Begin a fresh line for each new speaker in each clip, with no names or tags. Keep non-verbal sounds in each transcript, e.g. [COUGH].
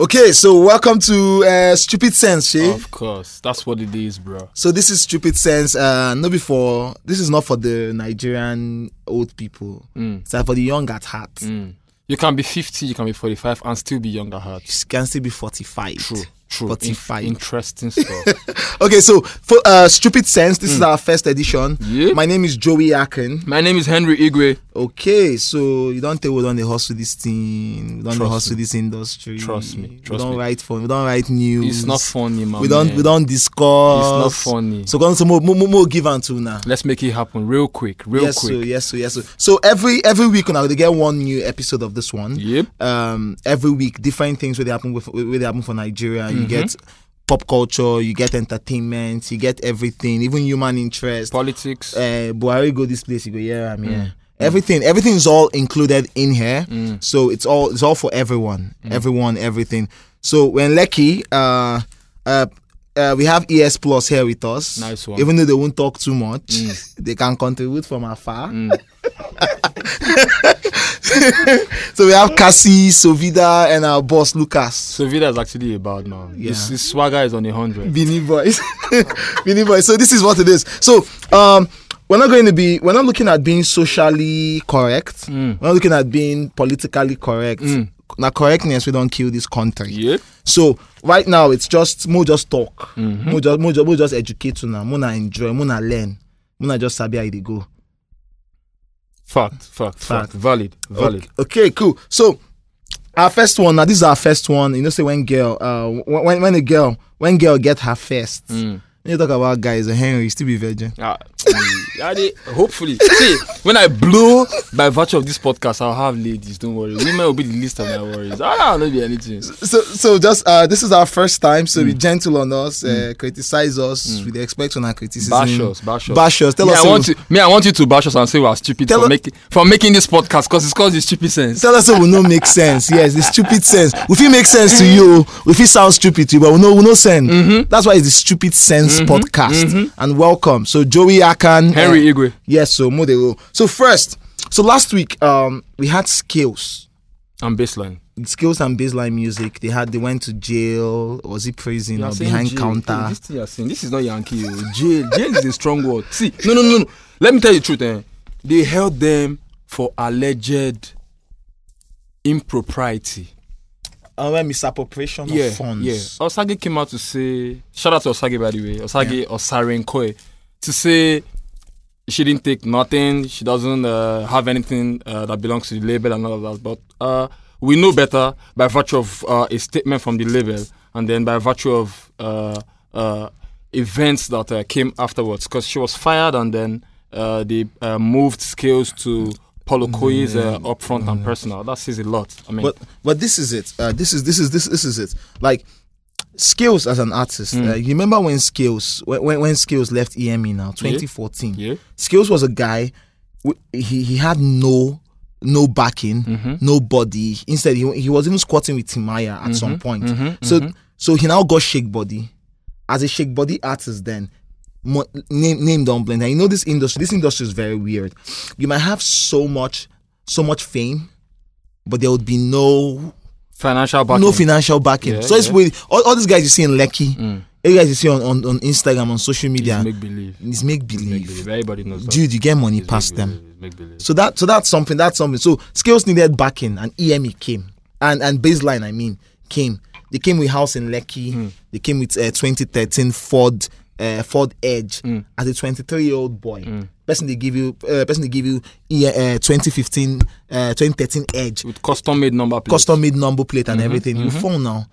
Okay, so welcome to uh, Stupid Sense, Shay.
Of course, that's what it is, bro.
So this is Stupid Sense. Uh, not before. This is not for the Nigerian old people.
Mm.
It's like for the young at heart.
You can be 50, you can be 45, and still be younger heart.
You can still be forty-five.
True, true. In-
Forty-five.
interesting stuff. [LAUGHS]
Okay, so for uh, Stupid Sense, this is our first edition.
Mm. Yeah.
My name is Joey Akin.
My name is Henry Igwe.
Okay, so you don't tell we don't dey hustle this thing. We don't dey
Trust
hustle this industry.
Trust me,
we
trust
don't
me.
write for. We don't write news.
It's not funny, man.
We don't. We don't discuss.
It's not funny.
So come so more more more give and to now.
Let's make it happen real quick, real
yes, so
quick.
yes, so yes. So, so every every week now they get one new episode of this one.
Yep.
Um, every week different things where they happen with where they happen for Nigeria.
Mm-hmm.
You get pop culture, you get entertainment, you get everything, even human interest.
Politics.
uh, Buhari go this place, you go yeah, I'm
Mm.
here. Everything, everything is all included in here. So it's all it's all for everyone,
Mm.
everyone, everything. So when Lecky, uh, uh, uh, we have ES Plus here with us.
Nice one. Mm.
Even though they won't talk too much, [LAUGHS] they can contribute from afar. [LAUGHS] so we have Cassie, Sovida, and our boss Lucas.
so Vida is actually a bad man.
Yeah.
His, his swagger is on a hundred.
Beanie Boys. [LAUGHS] Beanie Boys. So this is what it is. So um we're not going to be we're not looking at being socially correct. We're not looking at being politically correct. Now correctness we don't kill this country.
Yep.
So right now it's just more just talk. More just more just, more just educate now. More enjoy, more learn. More just sabi how they go.
Fact, fact, fact.
Fact.
Valid, valid.
Okay, okay, cool. So our first one. Now this is our first one. You know, say when girl, uh, when when- when a girl, when girl get her first. You talk about guys, uh, Henry you still be virgin.
Ah, mm, I dey- hopefully, see when I blow by virtue of this podcast, I'll have ladies. Don't worry, women will be the least of my worries. Ah, I'll not be anything.
So so just uh, this is our first time. So
Mm.
be gentle on us. Uh, criticize us with the expect on our criticism.
Bash us, bash us,
Bash us. Tell
me,
us.
I
say
want
we-
you, me, I want you to bash us and say we're stupid
Tell
for
us-
making for making this podcast because it's called the stupid sense.
Tell us it will not make sense. Yes, the stupid sense. If it make sense to you,
Mm.
if it sounds stupid to you, but we know we know sense.
Mm-hmm.
That's why it's the stupid sense podcast. And welcome. So Joey Akan, uh,
Henry Igwe.
Yes, so more they will. So first, so last week um we had skills,
I'm baseline.
skills and baseline music. They had they went to jail, was it prison or behind counter?
This thing you're saying, this is not Yankee. oh. Jail, jail is a strong word. See, no, no, no, no. Let me tell you the truth. Eh. They held them for alleged impropriety.
Uh, well, misappropriation
yeah,
of funds.
Yeah. Osage came out to say, shout out to Osage by the way, Osage Osaren Koi, to say she didn't take nothing, she doesn't uh, have anything uh, that belongs to the label and all of that. But uh, we know better by virtue of uh, a statement from the label and then by virtue of uh, uh, events that uh, came afterwards because she was fired and then uh, they uh, moved scales to. Paulo Koi's uh, upfront and personal. That says a lot. I mean,
Mm-hmm. But but this is it. Uh, this is this is this this is it. Like skills as an artist.
Hmm.
Uh, you remember when skills when when, when skills left EME now 2014.
yeah.
Skills was a guy. w- He he had no no backing,
Mm-hmm.
nobody. Instead, he, he was even squatting with Timaya at
Mm-hmm.
some point. so so he now got shake body as a shake body artist. Then mo- name name don't blend. And you know this industry. This industry is very weird. You might have so much so much fame, but there would be no
financial backing.
no financial backing.
Yeah,
so it's
yeah. Mm.
with all, all these guys you see in Lekki, all you guys you see on, on, on Instagram, on social media,
Make believe.
it's make
Make
believe.
believe. Everybody knows that.
Dude, you get money
It's
past
make
them.
believe. It's Make believe.
So that so that's something. That's something. So skills needed backing, and EME came, and and baseline I mean came. They came with house in Lekki.
Hmm.
They came with uh, 2013 Ford uh, Ford Edge
Hmm.
as a 23 year old boy. Person they give you, uh, person they give you yeah, uh, 2015, uh, 2013 Edge,
With custom made number plate.
custom made number plate
Mm-hmm,
and everything. You phone now.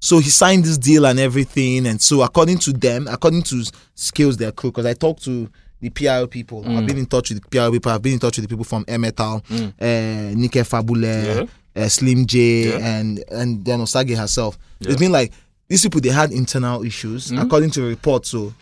So he signed this deal and everything, and so according to them, according to s- skills they're cool, because I talked to the PRO people.
Mm.
I've been in touch with the PRO people. I've been in touch with the people from Emetal, uh, Nike Fabule, uh, Slim J, and and then Osage herself. It's been like these people they had internal issues
Mm.
according to the report. So.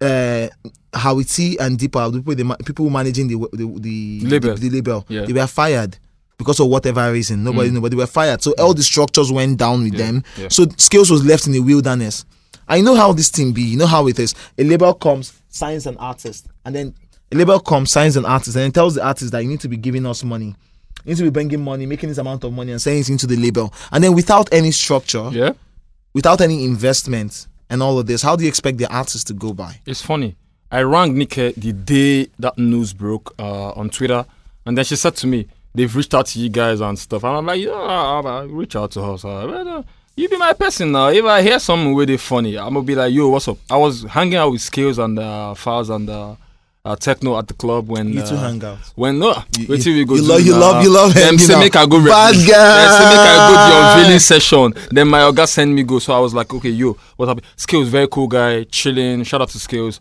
Uh, Hawiti and Deepa, the people, the ma- people managing the the, the
Label.
the, the label,
Yeah.
they were fired because of whatever reason. Nobody knew, but they were fired. So all the structures went down with them.
Hmm. yeah.
So skills was left in the wilderness. I know how this thing be. You know how it is. A label comes, signs an artist, and then a label comes, signs an artist, and then tells the artist that you need to be giving us money. into be bringing money, making this amount of money, and sending it into the label, and then without any structure,
Yeah,
without any investment, and all of this, how do you expect the artist to go by?
it's funny. I rang Nike the day that news broke uh, on Twitter, and then she said to me, "They've reached out to you guys and stuff." And I'm like, "Yeah, I'll- I'll reach out to her." So, I- well, uh, you be my person now. If I hear something where they funny, I'm gonna be like, "Yo, what's up?" I was hanging out with Scales and uh, Files and uh, uh, Techno at the club when
You
uh,
two hang out.
When no,
You-
wait till
you-
we go.
you
do
love- you
na-
love- you love
Them
him, you
say
know.
make I go rep-
Bad
Them say make I go to your
guy.
veiling session. Then my Oga send me go. So I was like, okay, yo, what up? Skills, very cool guy, chilling. Shout out to Skills.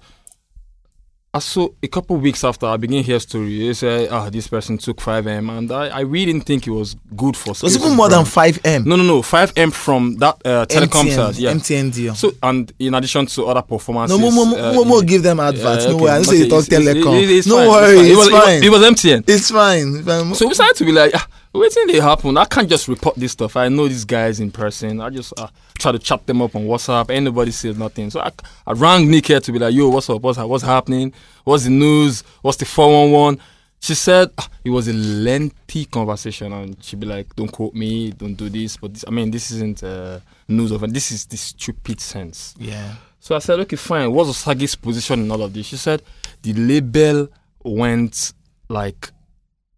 I saw a couple weeks after I begin hear story. They say, ah, this person took 5M, and I, I really didn't think it was good for.
So it's
Skills'
even more than
brand.
five m.
no, no, no, 5M from that uh, telecom
MTN,
side, yeah.
MTN deal.
So and in addition to other
no,
performances,
more, more,
uh,
more, more give them adverts.
yeah,
no
okay,
way. I don't say you
okay,
talk
it's- it's-
telecom.
it's- it's
no
fine, it's
worry,
fine. It
it's,
was- it was-
fine.
It was MTN.
it's fine. If I'm-
So we started to be like, ah, waiting they happen. I can't just report this stuff. I know these guys in person. I just uh, try to chat them up on WhatsApp. Anybody says nothing. So I, I rang Nick here to be like, yo, what's up? What's, ha- what's happening? What's the news? What's the 411? She said ah, it was a lengthy conversation, and she'd be like, "Don't quote me, don't do this." But this, I mean, this isn't uh, news of it. This is the stupid sense.
yeah.
So I said, okay, fine. What's Osagi's position in all of this? She said the label went like,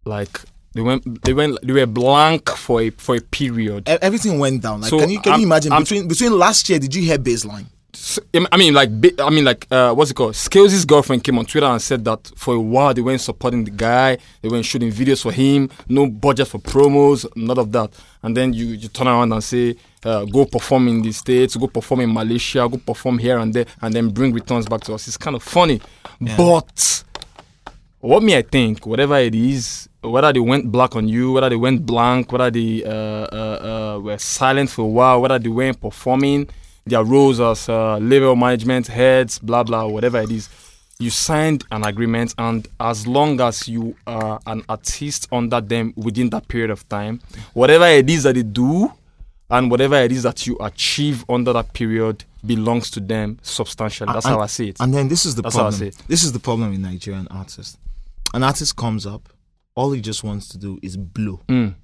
like they went, they went, they were blank for a for a period.
E- Everything went down. Like,
So
can you can
I'm-
you imagine
I'm-
between between last year? Did you hear baseline?
S- I mean, like, bi- I mean, like, uh, what's it called? Scales' girlfriend came on Twitter and said that for a while they weren't supporting the guy, they weren't shooting videos for him, no budget for promos, none of that. And then you, you turn around and say, uh, go perform in the States, go perform in Malaysia, go perform here and there, and then bring returns back to us. It's kind of funny. But what me I think, whatever it is, whether they went black on you, whether they went blank, whether they uh, uh, uh, were silent for a while, whether they weren't performing their roles as uh, label management heads, blah blah, whatever it is, you signed an agreement, and as long as you are an artist under them within that period of time, whatever it is that they do, and whatever it is that you achieve under that period belongs to them substantially. That's
And-
how I see it.
And then this is the
That's how I see
problem.
it.
This is the problem with Nigerian artists. An artist comes up, all he just wants to do is blow.
Mm.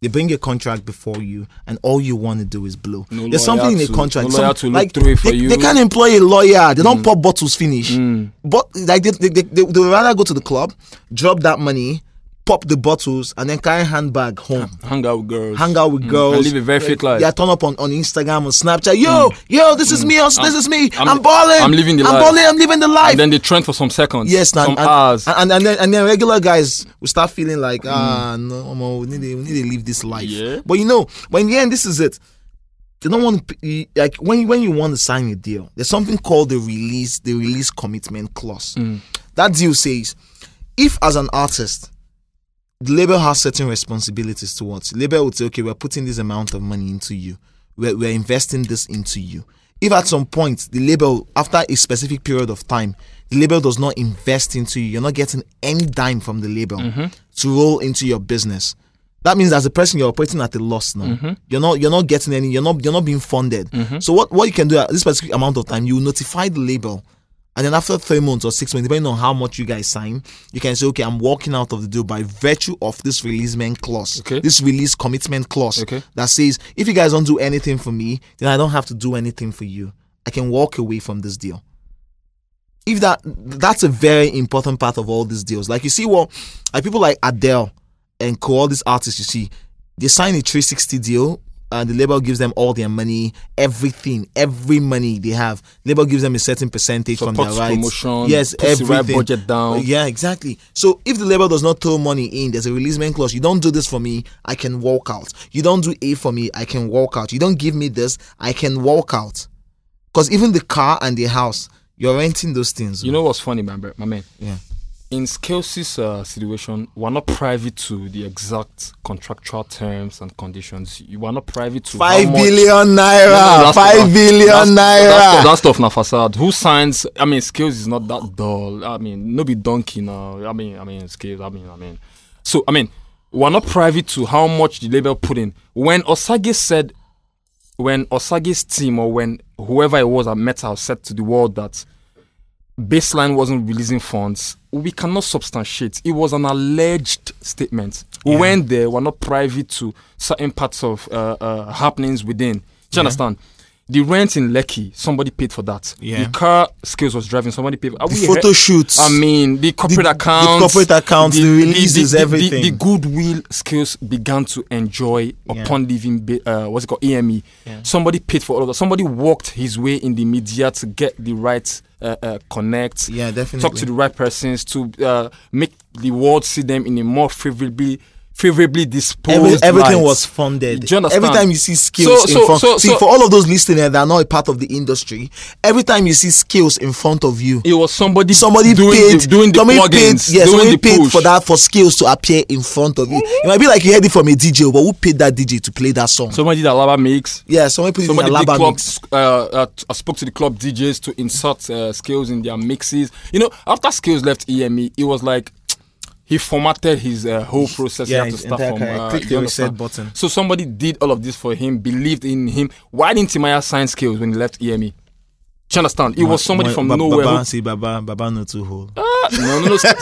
They bring a contract before you, and all you want to do is blow.
No
There's something in
lawyer
a
to-
contract.
no
some-
lawyer to look
like
through it for
they,
you.
they can't employ a lawyer. They
Mm.
don't pop bottles finish. But like they, they, they, they would rather go to the club, drop that money, pop the bottles, and then carry handbag home.
Hang out with girls.
hang out with girls.
Mm, and live a very fake life. Mm.
Yeah, turn up on, on Instagram and Snapchat. Yo, yo, this is me. on- This is me.
I'm-
I'm, balling.
I'm living the
I'm
life.
balling. I'm living the life.
and then they trend for some seconds.
yes, and,
some
and,
hours. Mm.
and and then and then regular guys will start feeling like ah no, omo, we need to, we need to live this life.
Yeah.
But you know, but in the end, this is it. They don't want to p- like when you, when you want to sign a deal. There's something called the release the release commitment clause.
Mm.
That deal says if as an artist the label has certain responsibilities towards label would say okay we're putting this amount of money into you we're, we're investing this into you if at some point the label after a specific period of time the label does not invest into you you're not getting any dime from the label to roll into your business that means as a person you're operating at a loss now you're not you're not getting any you're not you're not being funded so what what you can do at this specific amount of time you will notify the label and then after three months or six months, depending on how much you guys sign, you can say, okay, I'm walking out of the deal by virtue of this releasement clause,
Okay.
this release commitment clause
Okay.
that says, if you guys don't do anything for me, then I don't have to do anything for you. I can walk away from this deal. If that that's a very important part of all these deals. Like you see, what like people like Adele and co all these artists, you see, they sign a 360 deal and the label gives them all their money, everything, every money they have. Label gives them a certain percentage from their
Supports
rights.
promotion,
yes,
puts the right
everything.
budget down.
Yeah, exactly. So if the label does not throw money in, there's a releasement clause. You don't do this for me, I can walk out. You don't do A for me, I can walk out. You don't give me this, I can walk out. Because even the car and the house, you're renting those things.
you know what's funny, my, bro- my man?
Yeah.
In Scales' uh, situation, we're not privy to the exact contractual terms and conditions. You are not privy to
Five
how much-
billion naira.
that's-
five
that's-
billion
that's-
naira.
That's, that's stuff na facade. Who signs? I mean, skills is not that dull. I mean, no be donkey now. I mean, I mean, skills. I mean, I mean. So I mean, we're not privy to how much the label put in. When Osage said, when Osage's team or when whoever it was at Metal said to the world that Baseline wasn't releasing funds, we cannot substantiate. It was an alleged statement. We went there, we're not privy to certain parts of uh, uh, happenings within. Do you understand? The rent in Lekki, somebody paid for that.
Yeah.
The car skills was driving, somebody paid. For,
The photo shoots.
I mean, the corporate
the
accounts,
corporate accounts, the releases,
the-
everything.
The, goodwill skills began to enjoy upon leaving. Ba- Uh, what's it called? AME. Somebody paid for all of that. Somebody walked his way in the media to get the right uh, uh, connect.
Yeah, definitely.
Talk to the right persons to uh, make the world see them in a more favorably favorably disposed.
Every, everything
light.
was funded.
Do you understand?
Every time you see skills
So-
in
so-
front,
so-
see
so-
for all of those listening that are not a part of the industry, every time you see skills in front of you,
It was somebody
somebody
doing
paid,
the, doing the
somebody
plugins,
paid, yeah,
doing
somebody
the
paid
push. Mm-hmm.
for that for skills to appear in front of you. It might be like you heard it from a DJ, but who paid that DJ to play that song?
Somebody that Alaba makes.
yeah, somebody put
Somebody
it in a
did
lab
club,
mix.
uh, uh, t- I spoke to the club DJs to insert uh, skills in their mixes. You know, after skills left EME, it was like he formatted his uh, whole process.
Yeah,
he had to
his
start
entire
from.
career.
Uh,
Click
you
the
understand?
reset button.
So somebody did all of this for him, believed in him. Why didn't Timaya sign skills when he left EME? Do you understand? It was somebody
Mo-
from
Ba-
nowhere.
Baba,
who- Ah,
see, Baba, Baba, no too whole.
no, no, no. Tim-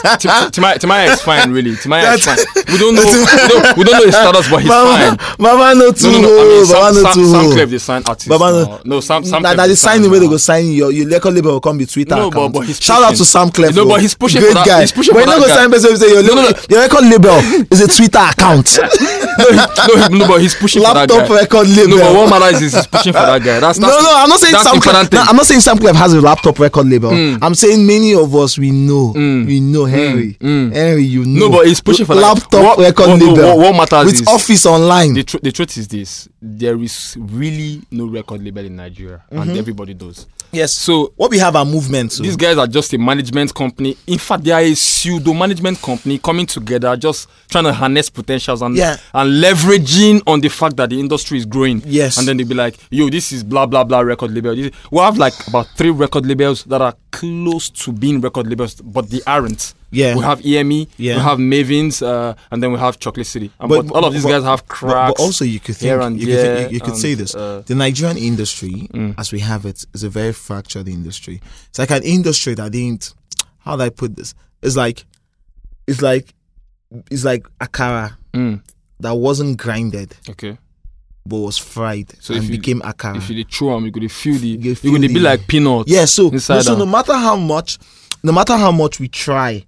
Timaya Timaya is fine, really. Timaya is fine. We don't know. We don't, we don't know his status, but he's fine.
Baba, Baba, no too
No, no, no. I mean,
whole.
Sam,
Baba, no
Sam,
too
Sam
whole.
Clef, they sign artists.
Baba,
now. no, Sam, Sam.
Now,
Clef,
that is signing where they
now.
go sign your your record label will come with Twitter.
No, but-
account.
but he's
shout out to
pushing.
Sam Clef.
No,
though.
but he's pushing
Great
for that-
guy.
he's pushing
but
for
you're not gonna
that guy.
sign person. Say your
No, no,
label- your record label is a Twitter account.
[LAUGHS] no, he- no, but he's pushing for that
Laptop
guy.
record label.
No, but what matters is he's pushing for that guy. [LAUGHS] That's,
[LAUGHS]
that's
no, no, I'm not saying
that's Hmm.
Sam Clef.
important
No,
thing.
I'm not saying Sam Clef has a laptop record label. I'm saying many of us we know, we know Henry, Henry, you know.
Hmm. No, but he's pushing for that.
laptop
What-
record
what- no,
label.
what- what matters
with
is-
Office Online.
the, tr- the truth is this: there is really no record label in Nigeria,
Mm-hmm.
and everybody does.
yes.
So
what we have are movements. so-
these guys are just a management company. In fact, they are a pseudo management company coming together, just trying to harness potentials and
Yeah.
and leveraging on the fact that the industry is growing.
Yes.
And then they'll be like, yo, this is blah blah blah record label. This is- We have like about three record labels that are close to being record labels, but they aren't.
Yeah.
We have EME,
Yeah.
we have Mavens, uh, and then we have Chocolate City. And
But-
but, all of these
but-
guys have
But-
cracks.
But, also, you could think,
here and
you, could,
there
think, you, you could say
and,
this:
uh, Mm.
the Nigerian industry, as we have it, is a very fractured industry. It's like an industry that didn't. How do I put this? It's like, it's like, it's like akara
Mm,
that wasn't grinded
okay.
but was fried
So
and
if you-
became akara.
If you dey chew them, you could dey feel the,
You
you
feel
could dey
the-
be like peanuts.
yeah. So, no,
inside
so
out.
no matter how much, no matter how much we try.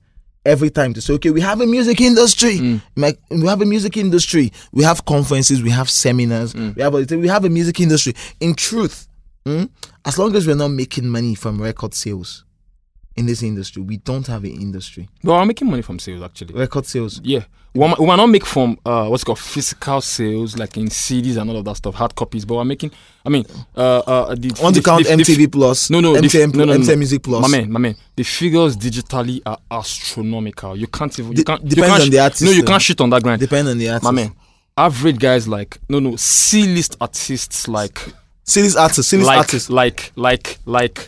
Every time to say, okay, we have a music industry.
Mm.
Like, we have a music industry. We have conferences. We have seminars.
Mm.
We have all the- we have a music industry. In truth, mm, as long as we're not making money from record sales in this industry, we don't have an industry.
But I'm making money from sales actually.
Record sales.
Yeah. We might, we might not make from uh, what's called physical sales, like in CDs and all of that stuff, hard copies, but we're making, I mean, uh, uh, the.
On the
the-
count
the- the-
MTV Plus.
no, no, the-
MTM,
no, no, no.
MTM Music Plus.
My man, my man. The figures digitally are astronomical. You can't even. You
De-
can't, you
depends
can't
on
sh-
the artist, uh,
No, you
though.
can't shit on that grind.
Depending on the artist.
my man. Average guys like no no C list artists like
Series artists. Series
like
artists.
like like like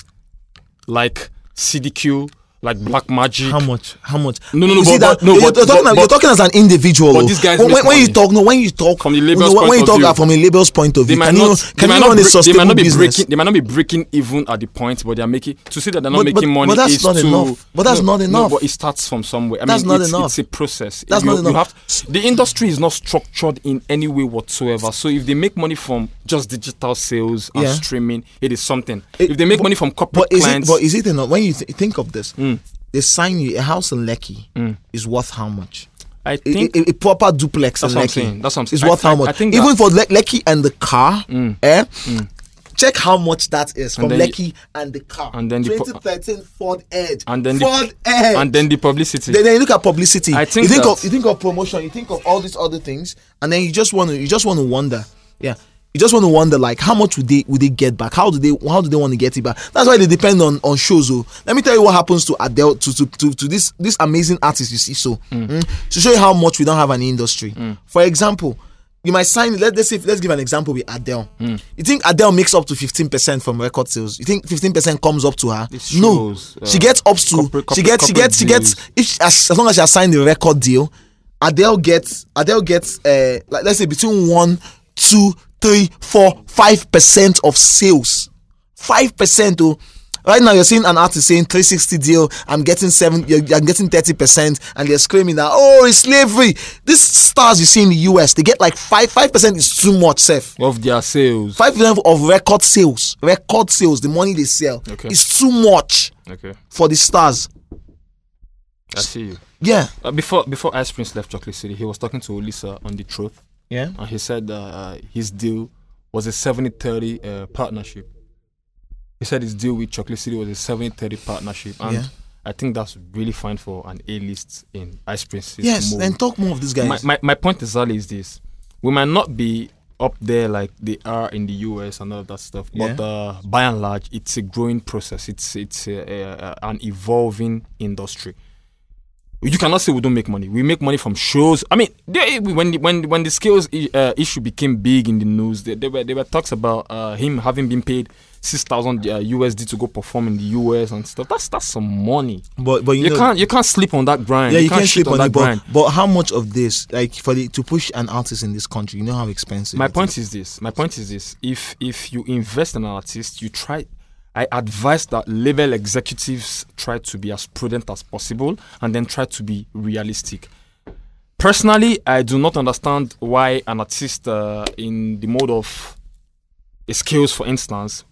like CDQ like Black Magic.
How much? How much?
No, no, no,
You see
but-
that?
but- no,
you're,
but-
you're talking,
but-
you're talking as an individual.
but
oh.
these guys
when,
make
when you
money.
talk, no, when you talk
From the label's
no, when,
point
you
of
talk
view.
uh, from a label's point of
they
view,
might
can you,
not,
can
they
you
might not
run
be,
a
they might
sustainable
not be
business?
breaking they might not be breaking even at the point but they're making to say that they're not
But- but-
making money
but that's
is
not
to-
enough. But that's
no,
not
no,
enough.
but it starts from somewhere I
That's
mean
not
it's,
enough.
it's a process
That's
you,
not
you
enough.
have the industry is not structured in any way whatsoever so if they make money from just digital sales and
Yeah.
streaming it is something
It-
if they make
but-
money from corporate
But is it?
clients Mm.
But is it enough? When you th- think of this, they sign you a house in Lekki is worth how much?
I
A,
Mm. think
a- a proper duplex
That's
in
what I'm
Lekki
saying, that's what I'm
is
saying.
worth
I-
how
I-
much?
I think
even
that- Mm.
for Le- Lekki and the car, eh? Check how much that is from
then you-
Lekki and the car.
and then the po-
2013 Ford Edge.
and then the-
Ford Edge.
and then the publicity
then, then you look at publicity.
I think
you think
that-
of you think of promotion. You think of all these other things, and then you just want to you just want to wonder. Yeah, you just want to wonder like how much would they would they get back? How do they how do they want to get it back? That's why they depend on on shows. Oh, let me tell you what happens to Adele to to to, to this this amazing artist you see. So
Hmm.
mm, to show you how much we don't have an industry. For example. You might sign. Let, let's say, let's give an example with Adele.
Hmm.
You think Adele makes up to fifteen percent from record sales? You think fifteen percent comes up to her?
It
no,
shows,
she
uh,
gets up to.
corporate-
she
corporate-
gets. She gets. She
corporate
gets if she- as, as long as she has signed the record deal, Adele gets Adele gets uh like let's say between one, two, three, four, five percent of sales. Five percent oh Right now, you're seeing an artist saying 360 deal. I'm getting seven. You're, I'm getting 30 percent, and they're screaming that oh, it's slavery. These stars you see in the US, they get like five. Five percent is too much, Seth.
of their sales.
Five percent of record sales, record sales, the money they sell
Okay.
is too much
Okay,
for the stars.
I see you.
Yeah,
Uh, before before Ice Prince left Chocolate City, he was talking to Lisa on the truth,
yeah.
and he said that uh, his deal was a 70-30 uh, partnership. He said his deal with Chocolate City was a 70-30 partnership, and
Yeah.
I think that's really fine for an A-list in Ice Prince's
Yes,
mold.
then talk more of these guys.
my, my, my point exactly is this we might not be up there like they are in the US and all of that stuff but
Yeah.
uh, by and large it's a growing process it's it's uh, uh, an evolving industry you cannot say we don't make money we make money from shows I mean they, when the- when when the skills i- uh, issue became big in the news there, there were there were talks about uh, him having been paid 6000 uh, USD to go perform in the US and stuff that's that's some money
but but you,
you
know,
can't you can't sleep on that grind
yeah, you can't
shit
sleep on
that
it.
grind.
But, but how much of this, like, for the, to push an artist in this country, you know how expensive.
my
it
point is this my point is this if if you invest in an artist you try i advise that label executives try to be as prudent as possible and then try to be realistic personally i do not understand why an artist uh, in the mode of skills for instance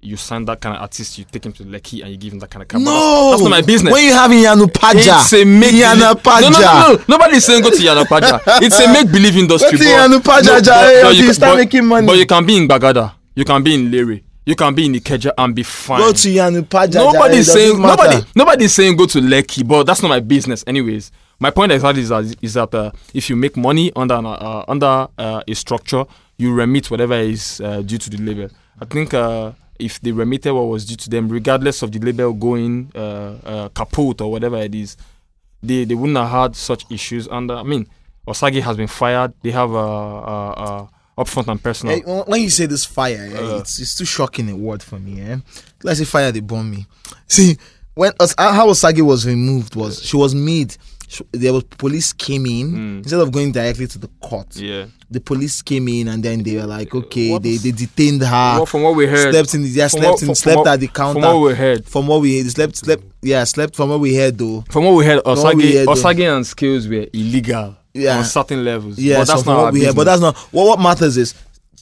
you sign that kind of artist you take him to Lekki and you give him that kind of camera
No,
that's, that's not my business
When you have Yanu Paja,
it's a make
Yanu
No,
Paja.
no, no, no. Nobody's saying go to Yanapaja.
[LAUGHS]
It's a make believe industry.
Go to
but-
Yanapaja,
but-
Jare,
but
you
can-
start
but-
making money.
But you can be in Bagada. You can be in Lere. You can be in Ikeja and be fine.
Go to Yanu Paja.
nobody's
Jare, it
saying
doesn't matter.
nobody. Nobody's saying go to Lekki, but that's not my business. Anyways, my point exactly is that is that uh, if you make money under an, uh, under uh, a structure, you remit whatever is uh, due to the label. I think. Uh, if they remitted what was due to them, regardless of the label going uh, uh, kaput or whatever it is, they they wouldn't have had such issues. And uh, I mean, Osagi has been fired. They have uh, uh, uh, upfront and personal.
Eh, when- when you say this fire, eh,
Uh.
it's, it's too shocking a word for me. Eh? Let's say fire, they burn me. See, when Os- uh, how Osage was removed was she was made. She, there was police came in instead of going directly to the court.
Mm. yeah.
The police came in and then they were like, okay,
What
they,
is-
they detained her.
Well, from what we heard,
Ah. slept in the yeah,
from
slept
what-
in
from-
slept
from what-
at the counter.
from what we heard,
From what we slept slept yeah slept from what we heard though.
From what we heard,
what
Osage,
we heard,
Osage and skills were illegal
Yeah.
on certain levels.
Yeah,
but that's
so from
not
what
our
we heard. But
business.
that's not what what matters is.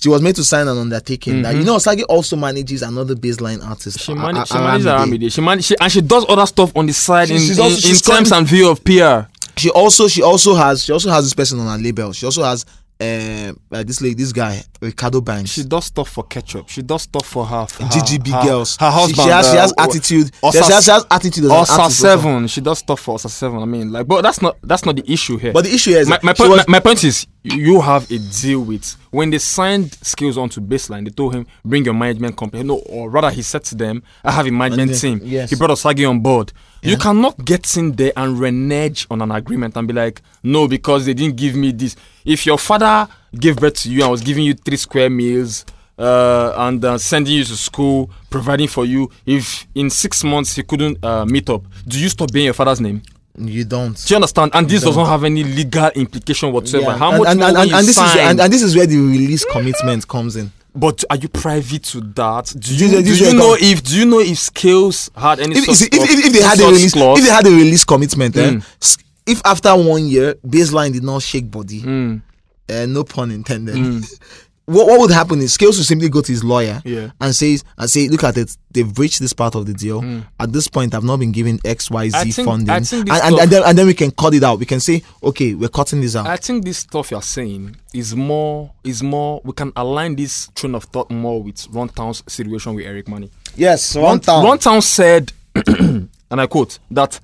She was made to sign an undertaking that you know Osage also manages another baseline artist.
Mm-hmm. she,
A-
man-
A-
she manages
Aramide.
Aramide. She man- she and she does other stuff on the side
She's-
in,
she's
in,
also-
in
she's
terms
coming-
and view of PR.
She also she also has she also has this person on her label. She also has um uh, this lady this guy Ricardo Banks.
She does stuff for ketchup. She does stuff for her, for her
GGB
her-
girls.
Her husband.
She, she has, she has
uh,
attitude.
Osa-
she, has, she has attitude. As an
Osa
artist also.
Seven. She does stuff for Osa Seven. I mean, like, but that's not that's not the issue here.
But the issue is
my, my,
she
point,
was-
my, my point is you have a deal with when they signed skills onto baseline they told him bring your management company no or rather he said to them i have a management
Management,
team
yes.
he brought osagi on board you cannot get in there and renege on an agreement and be like no because they didn't give me this if your father gave birth to you and was giving you three square meals uh, and uh, sending you to school providing for you if in six months he couldn't uh, meet up do you stop being your father's name
you don't.
do you understand? And this doesn't have any legal implication whatsoever.
Yeah.
How
and,
much
and,
more
and,
will
and,
you
and this is
sign?
and, and this is where the release commitment comes in.
but are you privy to that? Do
This-
you, do
this
you
will
know
come.
if do you know if skills had any
If,
such
if, if, if they
such
had a release,
clause?
if they had a release commitment, eh,
Mm.
s- if after one year baseline did not shake body,
Mm.
eh, no pun intended. [LAUGHS] What, what would happen is Scales would simply go to his lawyer
Yeah.
and says and say, look at it, they've breached this part of the deal. At this point, I've not been given X, Y,
Mm. I
Z
think-
funding,
I
and,
think
and,
this stuff-
and then and then we can cut it out. We can say, okay, we're cutting this out.
I think this stuff you're saying is more is more we can align this train of thought more with Ron Town's situation with Eric Money.
yes,
Ron Town said [CLEARS THROAT] and I quote that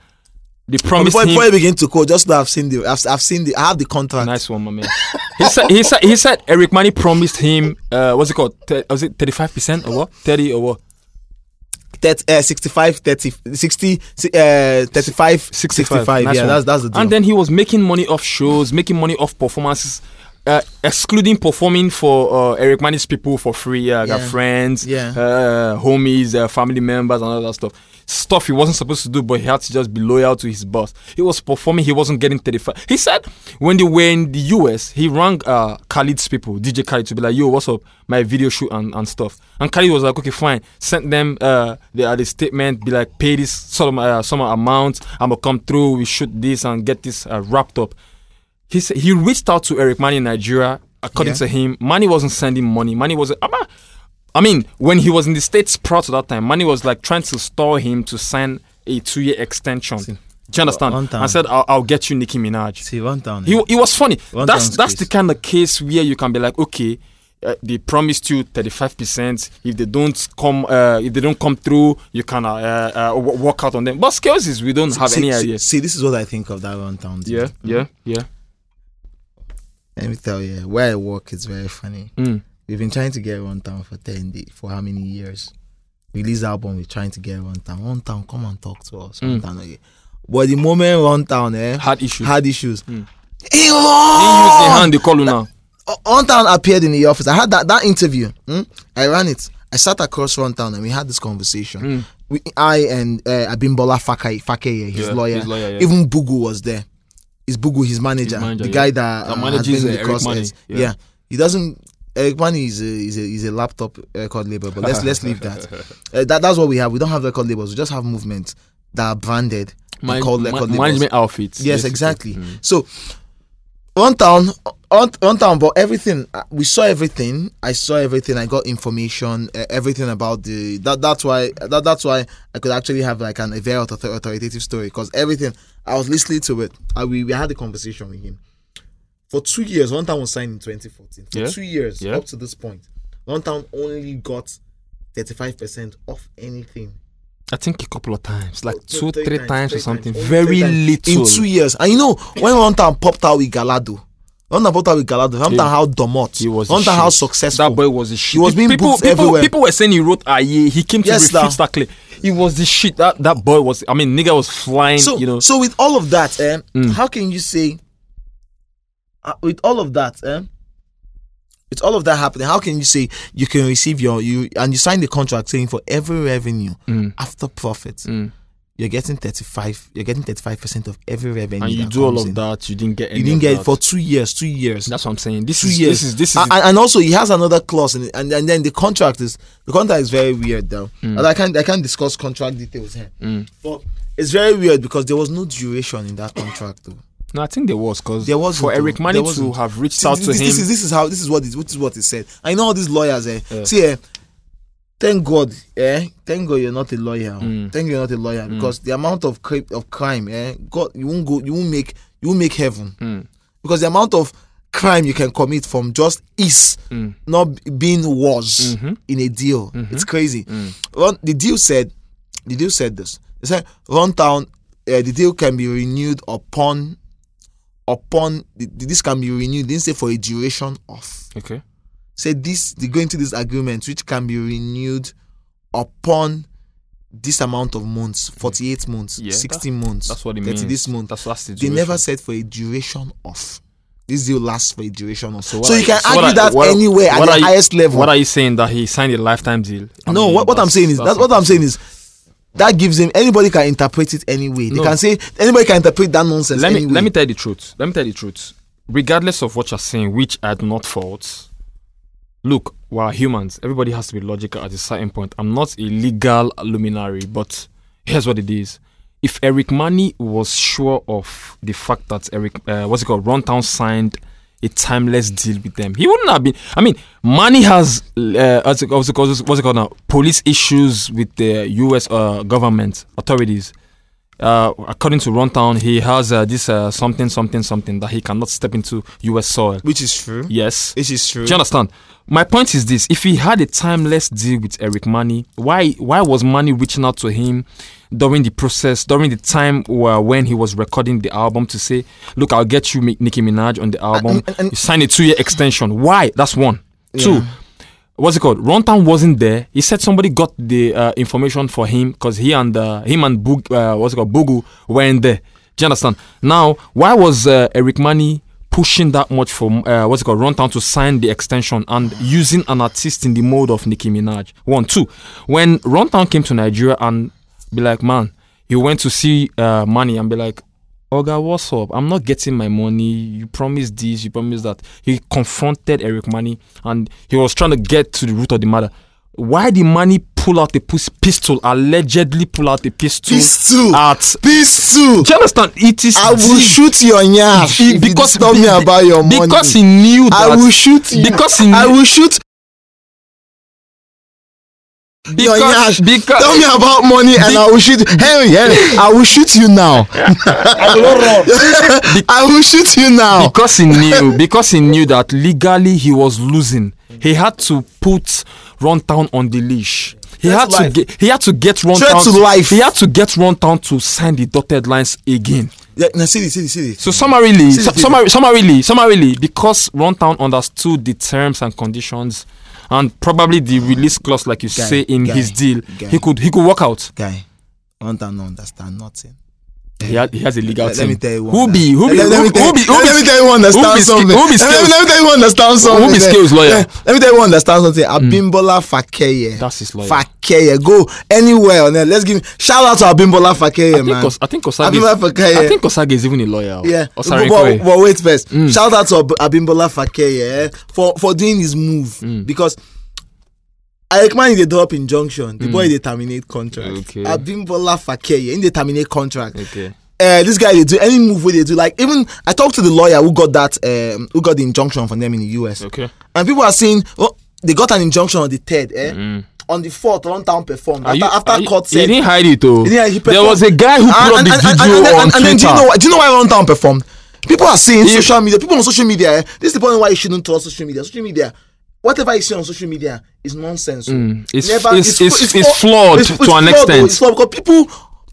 they promised
Before,
him
before I begin to quote, just so that I've seen the, I've, I've seen the, I have the contract.
[LAUGHS] Nice one, my man. He said, he said, he said Eric Money promised him, uh, what's it called? Te- was it 35% or what? 30 or what?
30, uh, 65, 30, 60, si- uh, 35, 65.
Nice
yeah,
one.
that's, that's the deal.
And then he was making money off shows, making money off performances, uh, excluding performing for uh, Eric Mani's people for free. Uh, their
Yeah.
friends,
Yeah.
uh, homies, uh, family members, and all that stuff. stuff he wasn't supposed to do, but he had to just be loyal to his boss. He was performing, he wasn't getting 35. He said when they were in the US, he rang uh, Khalid's people, DJ Khalid, to be like, yo, what's up? My video shoot and, and stuff. And Khalid was like, okay, fine. Sent them uh, the, uh, the statement, be like, pay this some, uh, some amount. I'm going to come through. We shoot this and get this uh, wrapped up. He, said, he reached out to Eric Mani in Nigeria. According
Yeah.
to him, Mani wasn't sending money. Mani wasn't. Ama- I mean, when he was in the States prior to that time, Manny was like trying to stall him to sign a two year extension. Do you
One
understand?
time.
I said, I'll, I'll get you Nicki Minaj.
See, one down.
He, it was funny.
One
that's
time
that's
case.
the kind of case where you can be like, okay, uh, they promised you 35%. If they don't come uh, if they don't come through, you can uh, uh, uh, w- walk out on them. But scales is we don't have
see,
any
see- Mm-hmm.
idea.
See, this is what I think of that one town.
Yeah, yeah, yeah.
Let me tell you, where I work is very funny.
Mm.
We've been trying to get one town for ten days for how many years? Release album, we're trying to get one town. One town, come and talk to us. One town, okay. But the moment one town, eh,
Hmm. Had issues. Hmm.
had issues. Mm.
They use the hand they call you now.
Runtown appeared in the office. I had that, that interview. Hmm? I ran it. I sat across Runtown and we had this conversation. We, I and uh, Abimbola Fakai, Fakeye, his
Hmm. Yeah,
lawyer.
his lawyer, yeah.
Even Bugu was there. Is Bugu his manager,
His manager,
the
yeah.
guy that,
That
uh,
manages,
has been in
uh,
the
Eric
crosshairs.
Mani,
Yeah.
yeah.
he doesn't. Eric Money is a, is a is a laptop record label, but let's let's leave
[LAUGHS]
that. Uh, that that's what we have. We don't have record labels. We just have movements that are branded. and
Man-
called
ma-
record labels.
management outfits.
Yes,
basically.
exactly.
Mm.
So, on town, on, on town, but everything uh, we saw everything. I saw everything. I got information, uh, everything about the that. That's why that, that's why I could actually have like an a very author- authoritative story because everything I was listening to it. I, we we had a conversation with him for two years. One town was signed in 2014. For
Yeah.
two years
Yeah.
up to this point, one town only got 35 percent off anything
I think a couple of times, like
two,
two,
three
three,
times,
times,
three
or something.
times, only
Very
three times.
little.
in two years. And you know, when one time popped out with Galado, one time popped out with Galado, one time
Yeah.
how domot,
He was a
one time how
shit.
successful.
that boy was the shit.
was being
people,
booked
people,
everywhere.
people were saying he wrote Aye. He came to
Yes,
refute
lah.
that claim. He was the shit. That that boy was. I mean, nigga was flying.
so,
you know. Mm.
so with all of that, eh, how can you say, uh, with all of that, eh, with all of that happening, how can you say you can receive your you and you sign the contract saying for every revenue after profit,
Mm.
you're getting thirty five, you're getting thirty five percent of every revenue,
and you
that
do all
comes
of
in.
that, you didn't get. Any
You didn't
of
get
that.
it for two years, two years.
That's what I'm saying. This
two
is
years. Ah,
this is this is
and, and also he has another clause in it, and, and then the contract is the contract is very weird though.
Hmm.
And I can't I can't discuss contract details here. But it's very weird because there was no duration in that contract though.
no. I think there was because
ah, There was
for Eric Mani to have reached out to
this,
him.
This is, this is how this is what is this is what he said. I know all these lawyers eh. See eh, thank God eh, thank God you're not a lawyer. oh.
Mm.
Thank God you're not a lawyer because the amount of cri- of crime eh, God you won't go you won't make you won't make heaven
Mm.
because the amount of crime you can commit from just is
Mm.
not b- being was
Mm-hmm.
in a deal it's crazy
Mm.
Run, the deal said the deal said this it said runtown uh, the deal can be renewed upon upon th- this can be renewed didn't say for a duration of
okay.
said this they go into this agreement which can be renewed upon this amount of months 48 months
Yeah,
16 months
That's what it
30
means.
this month
That's that's the
they
duration.
never said for a duration of this deal lasts for a duration of so,
what are
you can
so what
argue
are-
that
what are-
anywhere at
what are
the
you-
highest level
What are you saying that he signed a lifetime deal? I
no
mean,
what, what i'm
that's-
saying is that's what i'm saying is that gives him anybody can interpret it any way they
No.
can say anybody can interpret that nonsense
let me
any way.
let me tell you the truth. Let me tell you the truth. Regardless of what you're saying, which I do not fault. Look, we're humans. Everybody has to be logical at a certain point. I'm not a legal luminary, but here's what it is. If Eric Mani was sure of the fact that Eric, uh, what's it called, Runtown signed a timeless deal with them, he wouldn't have been. I mean, Mani has, uh, what's, it, what's, it called, what's it called now, police issues with the US uh, government authorities uh, according to Runtown, he has uh, this uh, something, something, something that he cannot step into U.S. soil.
which is true
Yes.
which is true
Do you understand? My point is this: if he had a timeless deal with Eric Mani, why why was Mani reaching out to him during the process, during the time where, when he was recording the album to say, "Look, I'll get you Mi- Nicki Minaj on the album.
and- and-
you sign a two-year extension." Why? That's one. Two. What's it called? Runtown wasn't there. He said somebody got the uh, information for him because he and uh, him and Boog, uh, what's it called Bugu were in there. Do you understand? Now, why was uh, Eric Mani pushing that much for uh, what's it called Runtown to sign the extension and using an artist in the mode of Nicki Minaj? One, two. When Runtown came to Nigeria and Be like, man, you went to see uh, money and be like, Oga, what's up? I'm not getting my money. You promised this, you promised that. He confronted Eric Money and he was trying to get to the root of the matter. Why did Money pull out a pus- pistol, allegedly pull out a pistol
Pistol.
at.
Pistol.
Do you understand? It is
I will
deep.
shoot your yam
He-
if because you tell me about your money.
Because he knew that.
I will shoot you.
Because he
I
knew.
will shoot your
Because,
yash.
because
Tell me about money and I will shoot you. Henry, Henry, I will shoot you now. [LAUGHS] I will shoot you now.
because he knew because he knew that legally he was losing he had to put run town on the leash he
Threat
had
to
to
life.
get he had to get run
Threat
town
to life.
he had to get run town to sign the dotted lines again
Yeah, now see this, see this, see this.
so summarily
Mm. See the
su-
video.
summar- summarily summarily because run town understood the terms and conditions and probably the release clause like you
Guy,
say in
guy,
his deal
guy.
he could he could walk out
Guy, want to not understand nothing.
he, had, he has a legal
Eh, Let,
team
let me tell you one.
who be
now.
who be
Let, let,
who
me
be
tell,
who be
let, let me tell you one
who
understand
be-
something.
who be
[LAUGHS] let, me, let me tell you one understand something.
be Scales' lawyer?
[LAUGHS] Let,
Hmm.
let me tell you one understand something. Abimbola Fakeye.
That's his lawyer.
Fakeye. Go anywhere on that. Let's give shout out to Abimbola Fakeye,
I
man.
think, Os- I think
I
Osage.
think
Is,
Africa, yeah.
I think Osage is even a lawyer. Oh,
Yeah, but, but,
Osare Koe.
but wait first.
Mm.
Shout out to Ab- Abimbola Fake yeah, for for doing his move
Mm.
because Ekman they drop injunction. The boy they terminate contract.
Mm. Okay.
Abimbola Fake yeah, in they terminate contract.
okay.
Uh, this guy they do any move where they do like even I talked to the lawyer who got that um, who got the injunction from them in the US
Okay.
and people are saying oh they got an injunction on the third eh
Mm.
on the fourth run town performed after, after court
he
said
didn't hide it though.
He didn't hide- he
there
performed-
was a guy who put up the video
then-
on
and
Twitter.
then do you know why- do you know why Runtown performed? People are seeing
If-
social media. People on social media. eh, This is the point why you shouldn't trust social media. Social media. Whatever you see on social media is nonsense. oh.
Mm, It's- it's- it's- it's flawed to an
flawed, oh,
extent.
It's flawed because people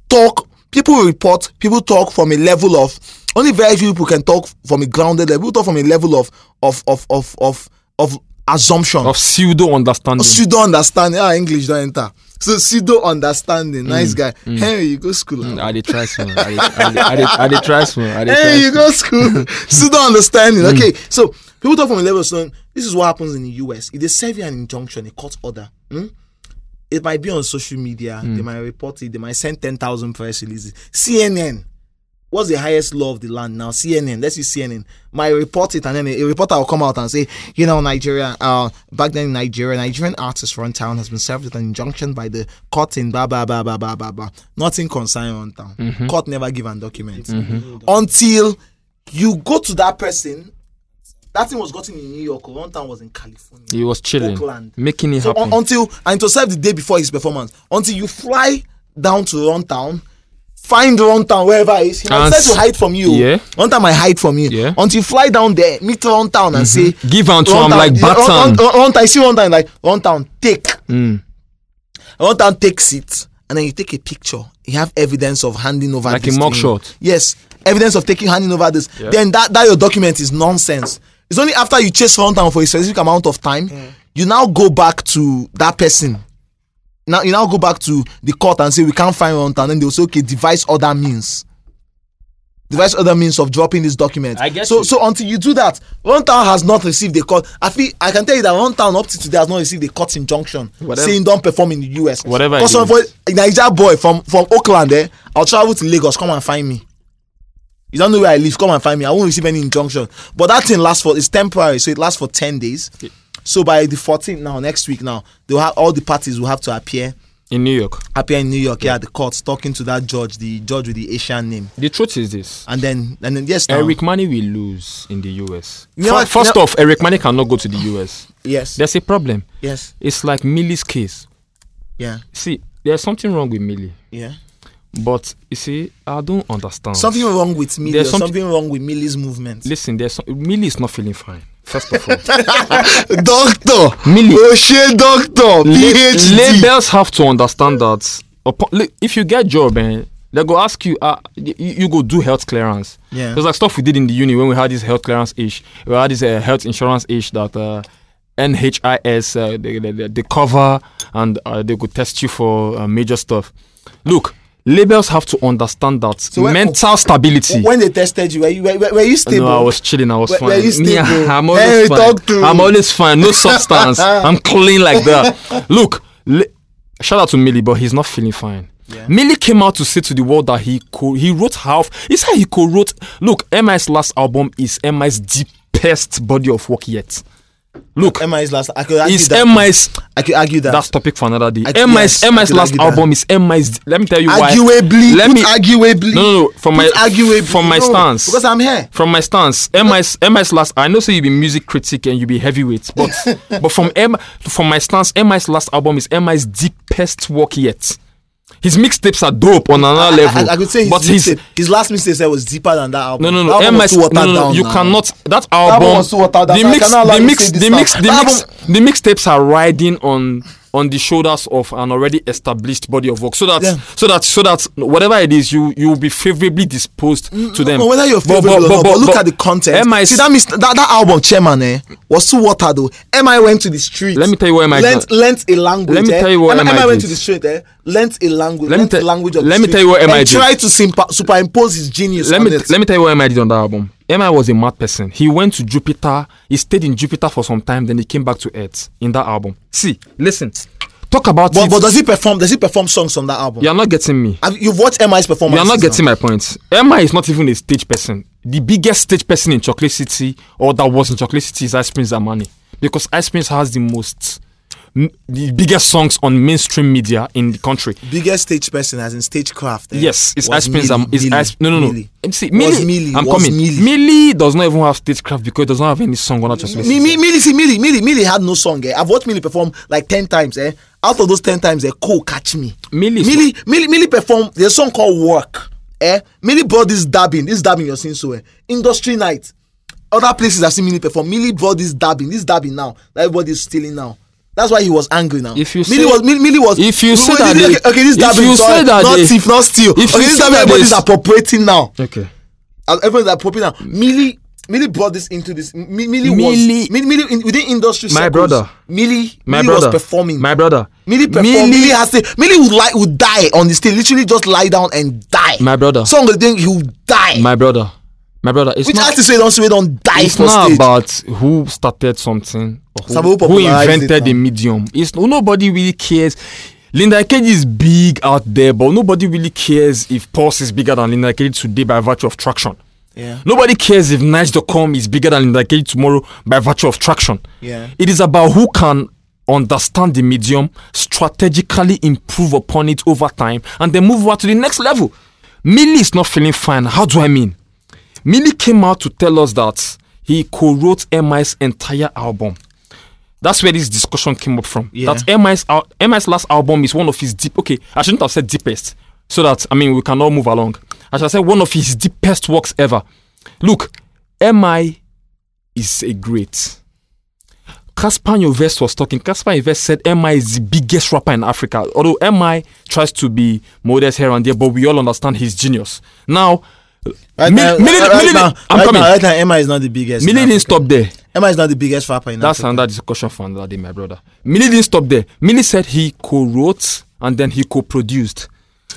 talk, people report, people talk from a level of only very few people can talk from a grounded level. People talk from a level of of of of of, of assumption
of pseudo understanding.
pseudo understanding. Ah, English don't enter. So pseudo understanding.
Mm,
Nice guy. Henry, you go school. ah.
I did try some. I did- I did- I did I did try some. I did
Hey,
try
you
some.
go [LAUGHS] school. Mm. Pseudo understanding. Okay, so people talk from a level of saying, this is what happens in the US. If they serve you an injunction, a court order, hmm, it might be on social media, they might report it, they might send 10,000 press releases. CNN. What's the highest law of the land now? CNN. Let's use CNN. Might report it, and then a, a reporter will come out and say, you know, Nigeria. Uh, back then in Nigeria, Nigerian artist Run Town has been served with an injunction by the court in blah blah blah blah blah blah blah. Nothing concerning Run Town. Court never give an document Mm-hmm. until you go to that person. That thing was gotten in New York. Run Town was in California.
He was chilling,
Oakland.
making it
So
happen.
un- until and to serve the day before his performance, until you fly down to Run Town, find Run Town wherever he is. He might
And
decide
s-
to hide from you.
Yeah.
Run Town might hide from you.
Yeah. Mm-hmm.
Until you fly down there, meet Run Town and say,
Give unto him
Runtown-
like
yeah, Run- Run-
Batman.
Run- Runtown, I see Runtown like Runtown take.
Hmm.
Runtown takes it, and then you take a picture. You have evidence of handing over
Like
this
a
to
mug
him.
shot.
Yes, evidence of taking handing over this.
Yeah.
Then that that your document is nonsense. It's only after you chase Runtown for a specific amount of time, you now go back to that person. Now you now go back to the court and say we can't find Runtown. Then they will say okay, devise other means. Devise other means of dropping this document.
I get
so
you.
so until you do that, Runtown has not received a court. I feel I can tell you that Runtown up to today has not received a court injunction
Whatever-
saying don't perform in the US.
Whatever
Because
it
some boy, Niger boy from from Oakland, eh, I'll travel to Lagos. Come and find me. You don't know where I live. Come and find me. I won't receive any injunction. But that thing lasts for it's temporary, so it lasts for ten days. So by the 14th now, next week now, they will have all the parties will have to appear
in New York.
appear in New York here at the courts, talking to that judge, the judge with the Asian name,
The truth is this.
and then and then yes, now,
Eric Money will lose in the US.
You know
Fir-
what-
First
you know-
off, Eric Money cannot go to the US.
yes,
There's a problem.
yes,
It's like Millie's case.
yeah,
See, there's something wrong with Millie.
yeah.
But you see, I don't understand.
Something wrong with me.
Oh. There's
There's
something-
something, wrong with Millie's movement.
Listen, there's some, Millie is not feeling fine. First of all,
[LAUGHS] doctor,
Millie.
O'Shea doctor, PhD.
labels have to understand that. Upon, li- if you get job, eh, they go ask you, uh, you, you go do health clearance.
Yeah.
There's like stuff we did in the uni when we had this health clearance ish. We had this uh, health insurance ish that uh, NHIS uh, they, they, they- they cover and uh, they could test you for uh, major stuff. Look, labels have to understand that
when-
mental stability.
When they tested you, were you were, were you stable?
No, I was chilling. I was
Were-
fine.
were you
Me,
stable?
I'm
Hey,
always
talk to
fine.
me.
I'm always
[LAUGHS]
fine. No substance. I'm clean like that. Look, le- shout out to Millie, but he's not feeling fine.
Yeah.
Millie came out to say to the world that he co- he wrote half. He said he co-wrote. Look, MI's last album is MI's deepest body of work yet. Look,
MI's last. I could argue
it's
that.
MI's.
I could argue that.
That's topic for another day.
I-
MI's
yes, I
MI's
could
last
argue that.
album is MI's. Let me tell you why.
arguably.
Let
put
me.
arguably.
No, no, no. From my
put arguably.
from my
no,
stance.
Because I'm here.
from my stance, MI's MI's last. I know, say you be music critic and you be heavyweight,
[LAUGHS]
but but from M from my stance, MI's last album is MI's deepest work yet. His mixtapes are dope on another
I-
level.
I, I could say his,
but his
mixtape- his last mixtape set was deeper than that album.
no no
That
no
album was
MI's
too
no,
watered
no, no
down
you
now.
cannot that
album
album
was too watered down. I
the mix
cannot allow
the
you
mix
say this
the
now.
mix the
That
mix the mixtapes are riding on on the shoulders of an already established body of work so that
Yeah.
so that so that whatever it is you you will be favorably disposed to them
No, Mm, whether you're
But-
favorable
but-
or
but-
not, but,
but-
look
but
at the content.
MI's
See, that, mis- that that album, Chairman, eh, was too watered though. MI went to the street.
Let me tell you what MI
learnt,
did.
learnt a language.
Let me
eh.
tell you what
MI,
MI
went to
did.
the street. Eh, learnt a language.
Let me
learnt the
tell-
language of the
let me
street,
tell you what MI
and
did.
tried to simpa- superimpose his genius.
let
on
me
it.
let me tell you what MI did on that album. MI was a mad person. He went to Jupiter. He stayed in Jupiter for some time. Then he came back to Earth in that album. See, listen, talk about
but,
it.
but does he perform? Does he perform songs on that album?
you are not getting me.
Have- You've watched MI's performance.
You are not getting my point. MI is not even a stage person. The biggest stage person in Chocolate City or that was in Chocolate City is Ice Prince Zamani because Ice Prince has the most, m- the biggest songs on mainstream media in the country.
biggest stage person as in stagecraft. Eh,
Yes, it's
was
Ice Prince.
Millie,
Zam- It's
Millie,
Ice. No, no, no.
Millie.
MC
Was
Millie.
Millie,
I'm
was
coming.
Millie.
Millie. does not even have stagecraft because it does not have any song on that just
Mi- Mi- Millie, see, Millie, Millie, Millie had no song. Eh. I've watched Millie perform like 10 times. Eh. Out of those 10 times, eh, Cole Catch Me.
Millie. is-
Millie, Millie, Millie performed there's a song called Work. Eh? Millie brought this dabbing, this dabbing you're seeing so eh? Industry night. Other places I've seen Millie perform. Millie brought this dabbing, this dabbing now. That everybody's stealing now. That's why he was angry now.
If you
Millie
say-
was Millie, Millie was
if you say
okay,
that
okay,
they-
okay, this
if
dabbing
you
sorry,
say that
not
they-
thief, not steal.
if
okay,
you
this
say
dabbing
that
everybody's
they-
appropriating now.
Okay.
Uh, Everyone's appropriating now. Millie Millie brought this into this. M- Millie, was
Millie-
Millie, Millie in, within industry.
My
circles,
brother.
Millie,
My
Millie
brother.
was performing.
My brother.
Millie performed. Millie, has to. Millie would lie, would die on the stage. Literally, just lie down and die.
My brother.
Song is doing, he will die.
My brother. My brother. It's
Which
not.
artist we don't we don't die
It's
for
not
stage?
about who started something or
Some people
who, who
popularized it
invented the
now.
medium. It's nobody really cares. Linda Cage is big out there, but nobody really cares if Pulse is bigger than Linda Cage today by virtue of traction.
Yeah.
Nobody cares if Nice.com is bigger than Linda Cage tomorrow by virtue of traction.
Yeah.
It is about who can understand the medium, strategically improve upon it over time, and then move on to the next level. Millie is not feeling fine. How do I mean? Millie came out to tell us that he co-wrote MI's entire album. That's where this discussion came up from.
Yeah.
That MI's al- MI's last album is one of his deep. Okay, I shouldn't have said deepest, so that I mean we can all move along. I should say one of his deepest works ever. Look, MI is a great. Caspar Nyovest was talking. Caspar Nyovest said MI is the biggest rapper in Africa. Although MI tries to be modest here and there, but we all understand his genius. Now,
Right
Mil-
now,
Millie-
right
Millie-
now,
I'm
right
coming.
Now, right now, Emma is not the biggest.
Millie
in
didn't
Africa.
stop there.
Emma is not the biggest rapper in
That's
Africa.
another discussion for another day, my brother. Millie didn't stop there. Millie said he co-wrote and then he co-produced.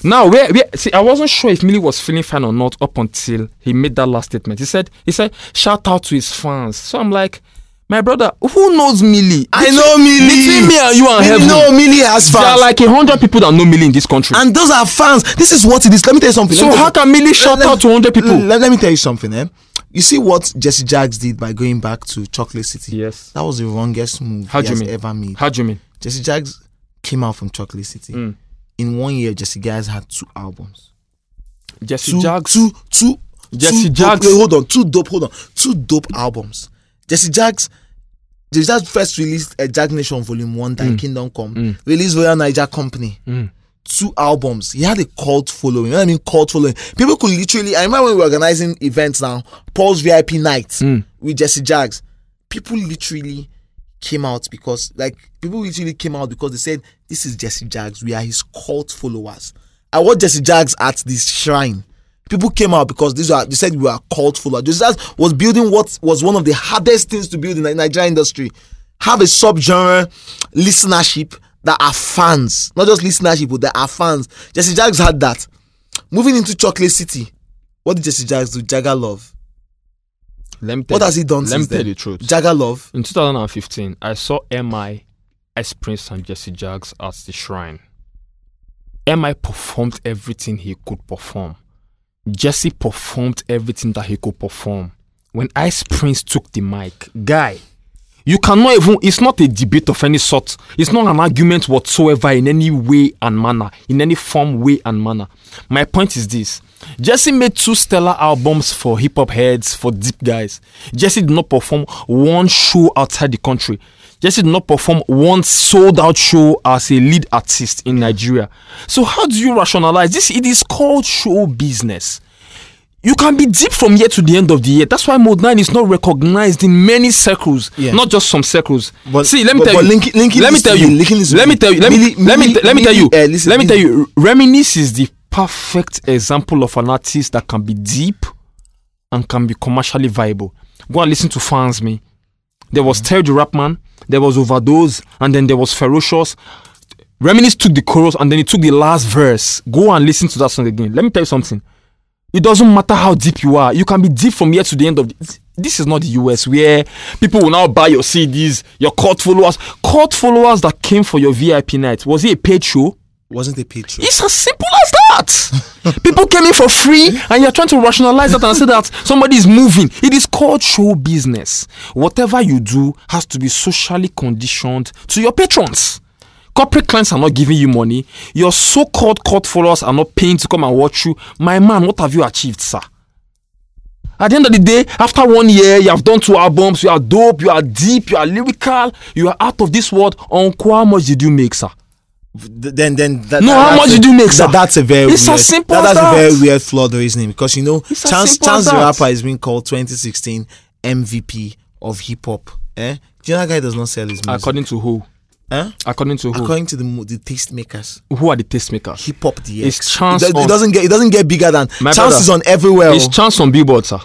Now, where, where see, I wasn't sure if Millie was feeling fine or not up until he made that last statement. He said, he said, shout out to his fans. So I'm like, my brother, who knows Millie?
I know Millie.
Between me and you and
Millie,
heaven.
no, Millie has
There are
fans,
like a hundred people that know Millie in this country.
and those are fans. This is what it is. Let me tell you something.
so
Let me
how
tell
can Millie shout
let-
out to hundred people?
Let, let me tell you something, eh? You see what Jesse Jags did by going back to Chocolate City?
Yes.
That was the wrongest move
How
he
do you
has
mean?
ever made.
How Mm. do you mean?
Jesse Jags came out from Chocolate City. In one year, Jesse Jags had two albums.
Jesse
Two,
Jags.
two, two.
Jesse
two
Jags.
Dope, wait, hold on. Two dope. Hold on. Two dope albums. Jesse Jags. Jesse Jags first released uh, Jag Nation Volume One, Thy
Mm.
Kingdom Come. Released Royal Niger Company. Two albums. He had a cult following. You know what I mean? Cult following. People could literally. I remember when we were organizing events now. Paul's VIP night
Mm.
with Jesse Jags. People literally came out because like people literally came out because they said this is Jesse Jags. We are his cult followers. I watched Jesse Jags at this shrine. People came out because these are they said we are cult followers. Jesse Jags was building what was one of the hardest things to build in the Nigerian industry. Have a subgenre listenership that are fans, not just listenership, but that are fans. Jesse Jags had that. Moving into Chocolate City, what did Jesse Jags do? Jagger Love.
Let me tell
What
you-
has he done
Let me
since
tell you
then?
the truth.
Jagger Love.
In 2015, I saw MI, Ice Prince, and Jesse Jags at the shrine. MI performed everything he could perform. Jesse performed everything that he could perform. When Ice Prince took the mic, guy, you cannot even, it's not a debate of any sort. It's not an argument whatsoever in any way and manner, in any form, way, and manner. My point is this Jesse made two stellar albums for hip hop heads, for deep guys. Jesse did not perform one show outside the country. Jesse did not perform one sold out show as a lead artist in Nigeria. So, how do you rationalize this? It is called show business. You can be deep from here to the end of the year. That's why Mode 9 is not recognized in many circles,
Yeah.
not just some circles.
But-
See, let me
but-
tell
but
you.
linking- linking
let me
this to
tell
me,
you.
linking this to
Let
me.
me tell you. Let me
Mili-
let me
Mili-
let me tell you.
Mili- eh, listen,
Let me
listen.
tell you. Reminisce is the perfect example of an artist that can be deep and can be commercially viable. Go and listen to fans me. There
Mm.
was Terry the Rap Man, there was Overdose, and then there was Ferocious. Reminisce took the chorus and then he took the last verse. Go and listen to that song again. Let me tell you something. It doesn't matter how deep you are. You can be deep from here to the end of the, this. Is not the US where people will now buy your CDs, your cult followers, cult followers that came for your VIP night. Was it a paid show?
Wasn't a picture.
It's as simple as that. People came in for free, and you're trying to rationalize that and say that somebody is moving. It is called show business. Whatever you do has to be socially conditioned to your patrons. Corporate clients are not giving you money. Your so-called cult followers are not paying to come and watch you. My man, what have you achieved, sir? At the end of the day, after one year, you have done two albums. You are dope. You are deep. You are lyrical. You are out of this world. Uncle, how much did you make, sir?
then then that,
No,
that-
how
that's
much
a-
did you make, sir?
That, that's a very
It's as
weird,
simple
that-
as
that's a
that.
very weird flawed reasoning because you know
It's as
Chance
simple as
Chance the
that.
rapper is being called 2016 MVP of hip hop. Eh, Do you know that guy does not sell his music.
According to who?
Eh?
According to who?
According to the mo- the tastemakers,
who are the tastemakers?
hip hop DX.
It's Chance
It, does,
on-
it doesn't get it doesn't get bigger than
My
Chance
brother.
is on everywhere.
It's
oh.
Chance on Billboard, sir.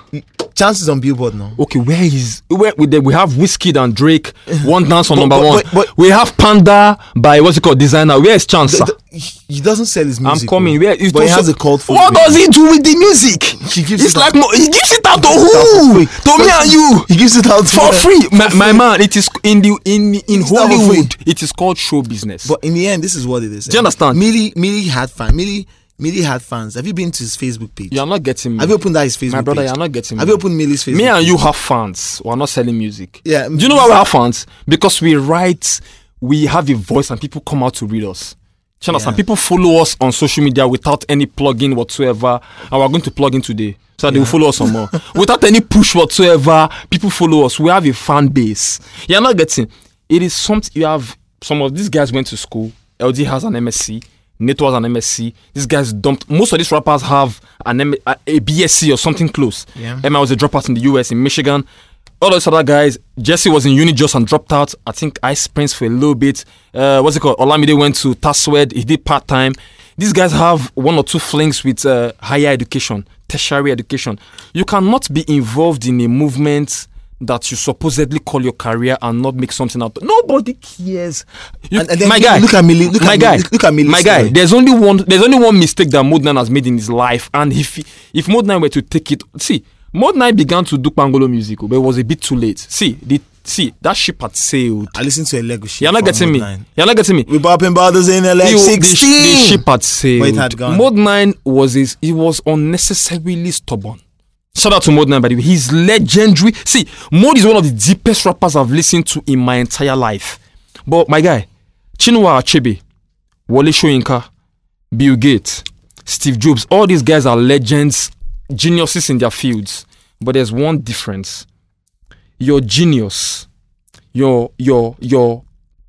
Chance is on Billboard now.
Okay, where is where we, there- we have Whiskey
[LAUGHS]
and Drake, One Dance on
But-
number
but-
one.
but- but-
we have Panda by what's it called, designer. Where is Chance, sir?
Th- th- He doesn't sell his
I'm
music.
coming.
oh.
Where is
but he has a cult for
What does he do with the music?
He gives
it's
it
like
out.
mo- he gives it out to
out
who?
for free.
To me and you.
He gives it out
For free, my, my man. It is in the in in
It's not for free.
Hollywood. It is called show business.
But in the end, this is what it is. eh?
Do you understand?
Millie, Millie had fans. Millie, Millie had fans. Have you been to his Facebook page?
you are not getting me.
Have you opened that his Facebook?
my brother,
page?
you are not getting
Have
me.
you opened Millie's Facebook?
me and you have fans. We are not selling music.
Yeah.
Do you know why we have fans? Because we write, we have a voice, and people come out to read us. Do you understand?
Yeah.
People follow us on social media without any plugin whatsoever, and we're going to plug in today so that they will follow
[LAUGHS]
us some more. without any push whatsoever, people follow us. We have a fan base. You're not getting. It is something you have. Some of these guys went to school. LD has an MSc. Neto has an MSc. These guys dumped. Most of these rappers have an M- a a BSc or something close.
Yeah.
Emma was a dropout in the US in Michigan. All those other guys, Jesse was in uni just and dropped out. I think Ice Prince for a little bit. Uh, what's it called? Olamide went to Taswed. He did part time. These guys have one or two flings with uh, higher education, tertiary education. You cannot be involved in a movement that you supposedly call your career and not make something out. Nobody cares. You-
And- and then
my
look-
guy,
look at Millie- look at
my
Millie-
guy,
look at Millie's
my guy.
story.
There's only one. There's only one mistake that Mode 9 has made in his life, and if he, if Mode 9 were to take it, see, Mode 9 began to do Pangolo music, oh, but it was a bit too late. See, the see that ship had sailed.
I listened to a legacy.
You're not getting me. You're not getting me.
We bopping bottles in the
He-
like
the, sh- the
sixteen.
ship had sailed.
But it had gone.
Mode 9 was his, he was unnecessarily stubborn. Shout out to Mode 9 by the way. He's legendary. See, Mode is one of the deepest rappers I've listened to in my entire life. But my guy, Chinua Achebe, Wale Shoyinka, Bill Gates, Steve Jobs, all these guys are legends, geniuses in their fields. But there's one difference. Your genius, your your your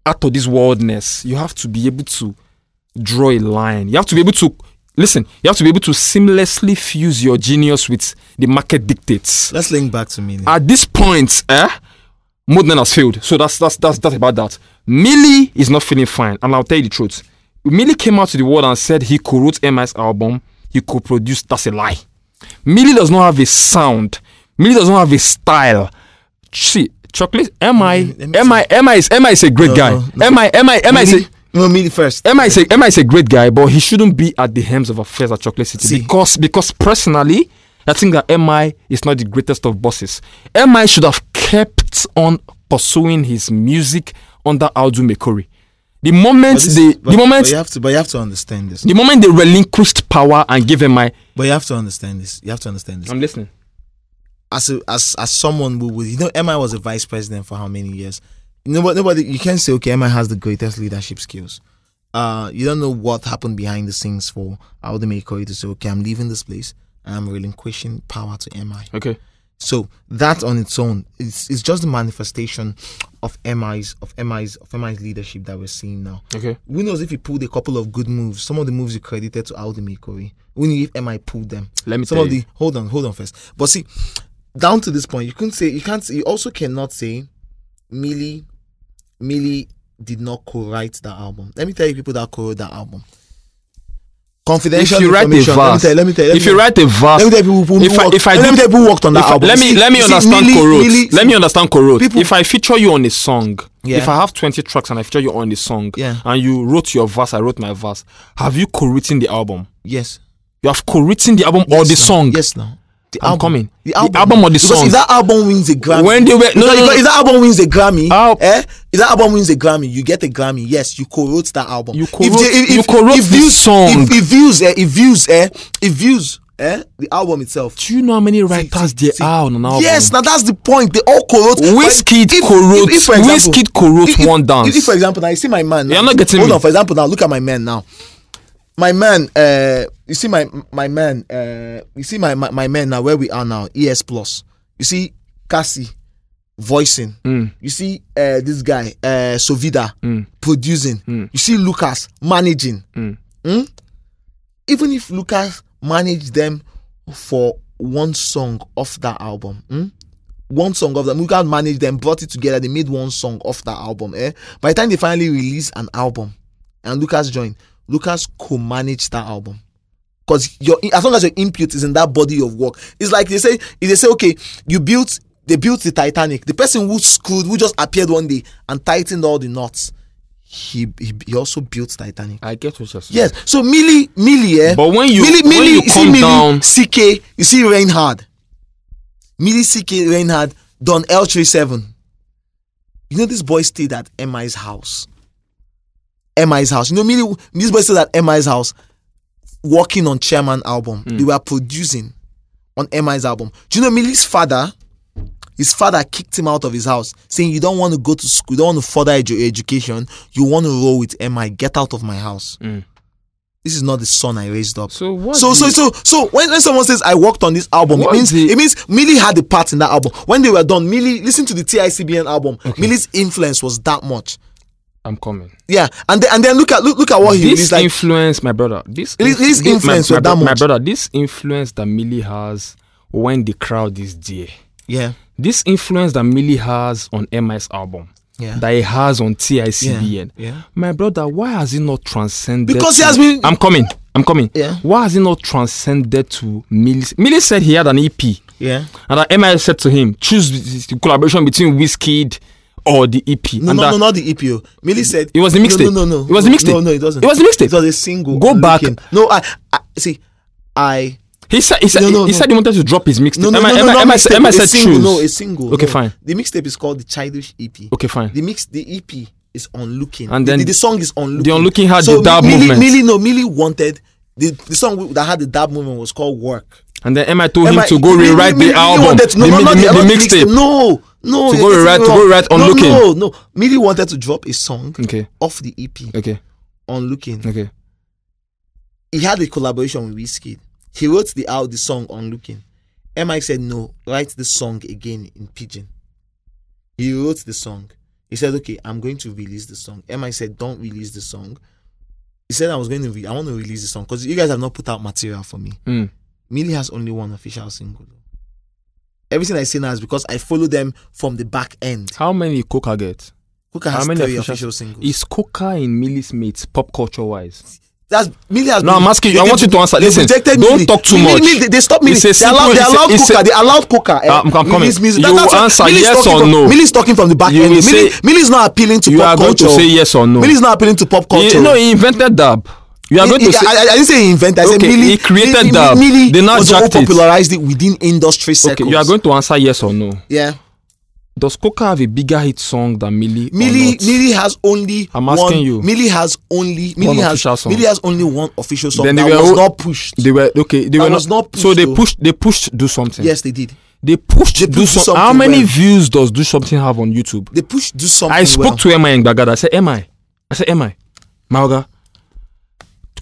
out of this worldness, you have to be able to draw a line. You have to be able to listen. You have to be able to seamlessly fuse your genius with the market dictates.
Let's link back to Millie.
At this point, eh, Modnan has failed. So that's that's that's that about that. Millie is not feeling fine, and I'll tell you the truth. Millie came out to the world and said he co-wrote MI's album. He co-produced. That's a lie. Millie does not have a sound. Millie does not have a style. See, chocolate. MI,
let me see.
MI, MI is MI is a great
No,
guy.
no, no.
MI, MI, MI is a,
Millie, no, Millie first.
Emma is, a, Emma is a great guy, but he shouldn't be at the helms of affairs at Chocolate City
See.
because because personally, I think that MI is not the greatest of bosses. MI should have kept on pursuing his music under Aldo Mekori. The moment
But this-
they,
but- but
the moment,
you have to, but you have to understand this.
the moment they relinquished power and gave him my,
But you have to understand this. You have to understand this.
I'm listening.
As a, as as someone who would, you know, MI was a vice president for how many years? Nobody, nobody. You can't say okay, MI has the greatest leadership skills. Uh, you don't know what happened behind the scenes for Audemars to say okay, I'm leaving this place. and I'm relinquishing power to MI.
Okay.
So that on its own, it's, it's just the manifestation of MI's of MI's of MI's leadership that we're seeing now.
Okay.
Who knows if he pulled a couple of good moves? Some of the moves you credited to Aldemir Corey. Who knew if MI pulled them?
Let me
Some
tell
of the hold on, hold on first. But see, down to this point, you couldn't say you can't. You also cannot say, Millie, Millie did not co-write that album. Let me tell you, people that co-wrote that album. Confidential
If you write a
information. let me
verse,
tell you. Let me tell you. let
if
me-
you write a verse,
let me tell you people who
if I,
worked-
if I
let
do-
me tell you who worked on that
if I-
album.
Let me
See-
let me
see,
understand
Millie-
Koro.
Millie-
Let me understand Koro.
People-
If I feature you on a song,
Yeah.
if I have twenty tracks and I feature you on a song,
Yeah.
and you wrote your verse, I wrote my verse. Have you co-written the album?
Yes.
You have co-written the album or
Yes,
the
no.
song.
Yes, now. The
I'm coming.
The
The
album,
album or the
because
song.
If that album wins a Grammy,
When they were-
if,
no,
that,
no, no.
if that album wins a Grammy,
Al-
eh? If that album wins a Grammy, you get a Grammy. Yes, you co-wrote that album.
You
If
co-wrote-
they- if-
you
if-
co-wrote
if
the
views-
song.
If, if views, eh, if views, eh, if views, eh, the album itself.
Do you know how many writers there are on an album?
Yes, now that's the point. They all co-wrote.
Wizkid
But if- if-
co-wrote-
if, for example-
Wizkid co-wrote
if- if-
One Dance.
If, if, for example, now you see my man. Now,
You're not getting
Hold
me.
on. For example, now look at my man. Now, my man. Uh, you see my my man. Uh, you see my, my my man. Now where we are now. ES Plus. You see Cassie voicing.
Hmm.
You see uh, this guy uh, Sovida producing.
Hmm.
You see Lucas managing. Hmm? Even if Lucas managed them for one song off that album. hmm? one song of them. We can manage them, brought it together. They made one song off that album. Eh? By the time they finally released an album, and Lucas joined, Lucas co-managed that album. Cause your as long as your input is in that body of work, it's like they say if they say okay, you built they built the Titanic. The person who screwed, who just appeared one day and tightened all the knots, he he, he also built Titanic.
I get what you're saying.
Yes. So Millie, Millie, eh?
But when you-
Millie,
when
Millie,
you
see
come
Millie,
down-
CK, you see Reinhard, Millie, CK, Reinhard, Don L 37 You know this boy stayed at Mi's house. Mi's house. You know Millie, this boy stayed at Mi's house, working on Chairman album.
Hmm.
They were producing on Mi's album. Do you know Millie's father? his father kicked him out of his house, saying, You don't want to go to school, you don't want to further edu- education, you want to roll with MI, get out of my house.
Mm.
This is not the son I raised up.
So what?
So,
the-
so, so, so when, when someone says I worked on this album, it
What
means
the-
it means Millie had a part in that album. When they were done, Millie listen to the TICBN album. Millie's influence was that much.
I'm coming.
Yeah, and then, and then look at look look at what he
this
released. Like
influence, my brother. This
This- this
my-
influence
my,
was that
bro- my
much.
brother. This influence that Millie has when the crowd is there.
yeah,
This influence that Millie has on MI's album.
Yeah.
That he has on TICBN.
Yeah, yeah.
My brother, why has he not transcended?
Because he
to-
has been-
I'm coming. I'm coming.
Yeah.
Why has he not transcended to Millie? Millie said he had an EP.
yeah.
And that MI said to him, choose the collaboration between Wizkid or the EP.
No,
and
no,
that,
no, not the EPO. Millie said
It was the mixtape.
No, no, no.
It was the mixtape.
No, no, it doesn't.
It was the mixtape.
It was a single.
Go
on
back.
Looking. No, I, I see. I
He said he said
No, no,
he
no.
said he wanted to drop his mixtape.
no, no,
Emma,
no, no,
Emma,
not
Emma,
mixtape,
Emma
a
said
single,
choose.
No, a single.
Okay,
no.
fine.
The mixtape is called the Childish E EP.
Okay, fine.
The mix, the EP is on looking,
And
The-
then
the, the song is on looking.
On Looking had
so
the dab
Millie,
movement.
Millie, no, Millie wanted the, the song that had the dab movement was called Work.
and then Emma told
Emma,
him to go
Millie-
rewrite
Millie
the album,
wanted to- no,
the,
no,
mi-
not
mi-
the- not
the
the
mixtape.
No, no.
To
you're getting
go rewrite-
it
to go
wrong.
rewrite On
no,
Looking.
No, no. Millie wanted to drop a song
Okay,
off the E EP
okay,
on looking.
okay.
he had a collaboration with Wizkid. He wrote the out the song on looking. MI said no, write the song again in pidgin. He wrote the song. He said, "Okay, I'm going to release the song." MI said, "Don't release the song." He said, "I was going to. Re- I want to release the song because you guys have not put out material for me.
Mm.
Millie has only one official single. Everything I say now is because I follow them from the back end.
How many Coca get?
Kuka
How
has
many
three
official-
official singles.
Is Coca in Millie's mates pop culture wise?
That's Millie has
No,
been-
I'm asking you. I
they-
want you to answer.
they
Listen,
rejected
don't
Millie.
talk too
Millie-
much.
Millie- they- they stopped Millie.
It's a
They allowed, they
simple-
allowed
it's a- Ah,
Coca. They allowed Coca. eh,
I'm- I'm coming.
Millie's music.
You
That- that's
will
what-
answer
Millie's
yes
talking
or
from-
no.
Millie's talking from the back
You
end.
will
Millie,
say-
Millie's not appealing to
You
pop
are going
culture.
to say yes or no.
Millie's not appealing to pop
He,
culture.
no, he invented dab. You are
He-
going
he-
to say
I, I- I didn't say he invented. I said
Okay,
Millie.
he created
Millie-
that.
Millie
They now
was the one who
jacked it.
popularized it within industry circles.
okay, you are going to answer yes or no.
Yeah.
Does Coca have a bigger hit song than Millie? or
Millie
not?
Millie has only
I'm
one,
asking you.
Millie has only Millie has
official song.
Millie has only one official song
Then they
that
were
was
all-
not pushed.
They were okay. They
That
were
was not
so
pushed,
they
though.
pushed. They pushed. Do something.
Yes, they did.
They pushed.
They
do,
pushed Do
some- How
Something
many
well.
views does do something have on YouTube?
They pushed do something.
I spoke
well.
to Emma in Bagada. I said, Emma, I said, Emma, Mauga,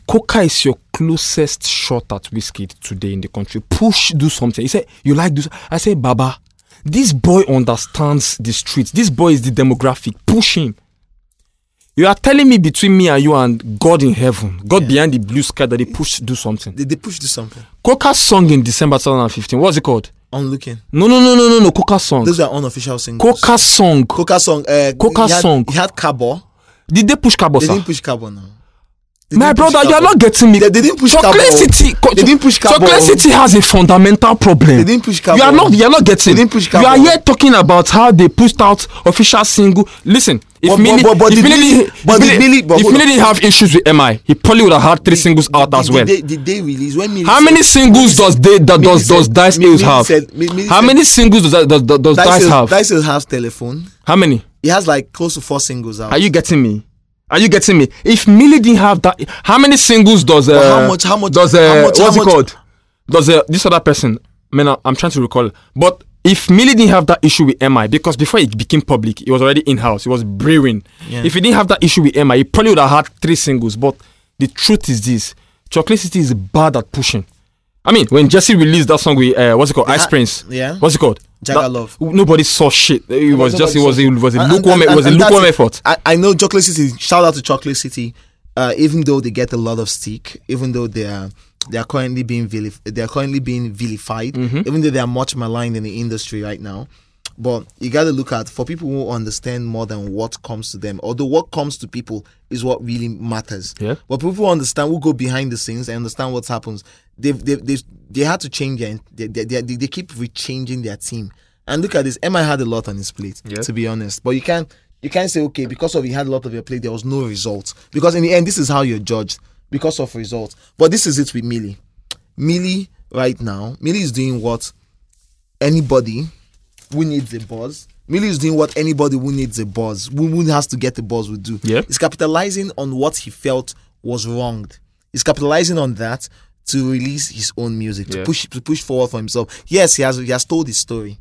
Coca is your closest shot at whiskey today in the country. Push, do something. He said, You like this? I said, Baba, this boy understands the streets. This boy is the demographic. Push him. You are telling me between me and you and God in heaven, God behind the blue sky, that they push, do something.
They, they pushed do something.
Coca's song in December 2015, what's it called?
Unlooking.
No, no, no, no, no, no, Coca's song.
Those are unofficial singles.
Coca's song.
Coca song. Uh,
Coca
he had,
song.
He had Cabo.
Did they push
They
Kabosa?
didn't push Cabo now. They
My
didn't push
brother, you are
Cabo.
not getting me.
They, they didn't push
Chocolate
Cabo.
City, co-
They didn't push Cabo.
Chocolate City has a fundamental problem.
They didn't push Cabo.
You are not. You are not getting.
They didn't push
You
Cabo.
are here talking about how they pushed out official single. Listen, if
But-
Millie,
but- but
if
did
Millie,
Millie-
if
but did
Millie,
Millie- but
if
hold
Millie didn't have issues with MI, he probably would have had three singles out as
Did-
well.
Did they, did they release when Millie
how
said-
many singles does they that does
Millie
does
said-
Dice
Millie
Mills have?
said- Mi- Millie
How
said-
many singles does that- does does, does Dice,
Dice
have?
Dice still has telephone.
How many?
He has like close to four singles out.
Are you getting me? Are you getting me? If Millie didn't have that, how many singles does uh,
how much- how much-
does uh,
how much- how
what's it
much-
called? Does uh, this other person? Man, I- I'm trying to recall. But if Millie didn't have that issue with MI, because before it became public, it was already in house. It was brewing.
Yeah.
If he didn't have that issue with MI, he probably would have had three singles. But the truth is this: Chocolate City is bad at pushing. I mean, when Jesse released that song with uh, what's it called, Ice
ha-
Prince?
yeah.
What's it called?
Jagger
That-
Love.
Nobody saw shit. It was just it was it was a
And- and-
lukewarm
and-
it was a
and that's
lukewarm
it.
effort.
I, I know Chocolate City. Shout out to Chocolate City. Uh, even though they get a lot of stick, even though they are they are currently being vilif- they are currently being vilified,
Mm-hmm.
even though they are much maligned in the industry right now. But you got to look at for people who understand more than what comes to them. Although what comes to people is what really matters.
Yeah.
But people who understand, who go behind the scenes and understand what happens, they've they've, they've they had to change their they, they, they, they keep rechanging their team. And look at this, MI had a lot on his plate,
Yeah.
to be honest. But you can't you can't say okay because of he had a lot of your plate, there was no result because in the end, this is how you're judged because of results. But this is it with Millie. Millie right now, Millie is doing what anybody who needs a buzz. Millie is doing what anybody who needs a buzz, who who has to get a buzz, would do.
Yeah.
He's capitalizing on what he felt was wronged. He's capitalizing on that to release his own music, to
Yeah.
push to push forward for himself. Yes, he has he has told his story.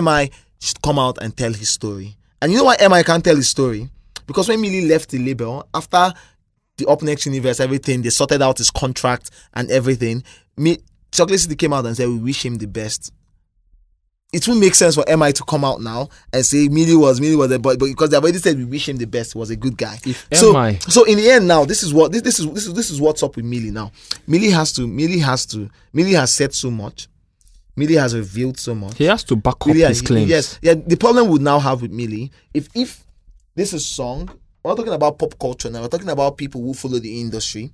MI should come out and tell his story. And you know why MI can't tell his story? Because when Millie left the label, after the Up Next Universe, everything, they sorted out his contract and everything. Me, Chocolate City came out and said, We wish him the best. It would make sense for MI to come out now and say Millie was Millie was a boy, but because they've already said we wish him the best, he was a good guy. so,
MI
so in the end now, this is what this, this is this is this is what's up with Millie now. Millie has to Millie has to Millie has said so much. Millie has revealed so much.
He has to back up
Millie
his
has-
claims.
Yes, yeah. The problem we now have with Millie, if if this is song, we're not talking about pop culture now. We're talking about people who follow the industry.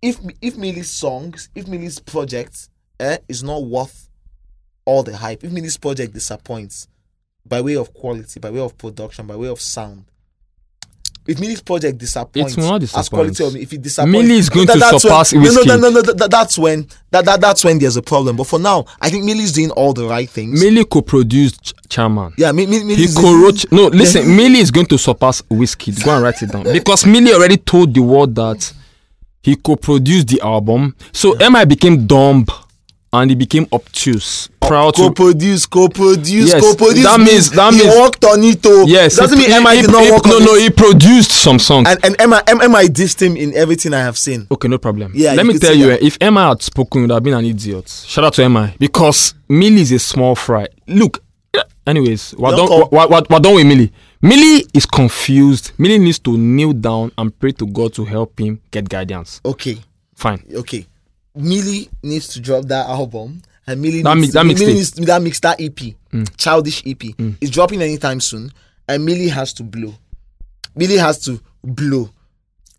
If if Millie's songs, if Millie's project eh, is not worth all the hype, if Millie's project disappoints by way of quality, by way of production, by way of sound. If Millie's project disappoints,
not
as quality of
disappoint.
if it disappoints,
Millie is going to
that's when-
surpass
no, no, no,
Wizkid.
no, no, that, that- that's when that, that that's when there's a problem. But for now, I think Millie's doing all the right things.
Millie co-produced Ch- Chairman.
Yeah, me, me, me
He co-wrote.
[LAUGHS]
No, listen. Millie is going to surpass Whiskey. Go and write it down because Millie already told the world that he co-produced the album. So MI became dumb and he became obtuse. Proud to
co-produce, co-produce,
Yes,
co-produce.
that means- that
he
means-
worked on it. Oh,
yes.
doesn't
he-
mean Emma
he-
did not
he-
work
No,
on
no.
it.
He produced some songs.
And and Emma, Em- Emma dissed him in everything I have seen.
Okay, no problem.
Yeah,
Let
you
me
could
tell
say
you,
that.
eh, if Emma had spoken, would have been an idiot. Shout out to Emma eh, because Millie is a small fry. Look, eh, anyways, what
Don't
don't
call-
what what what done with Millie? Millie is confused. Millie needs to kneel down and pray to God to help him get guidance.
Okay,
Fine.
okay. Millie needs to drop that album, and Millie
That
needs,
mix- that
Millie
mixtape. Mm.
needs that mix that EP, childish EP, is dropping anytime soon, and Millie has to blow. Millie has to blow.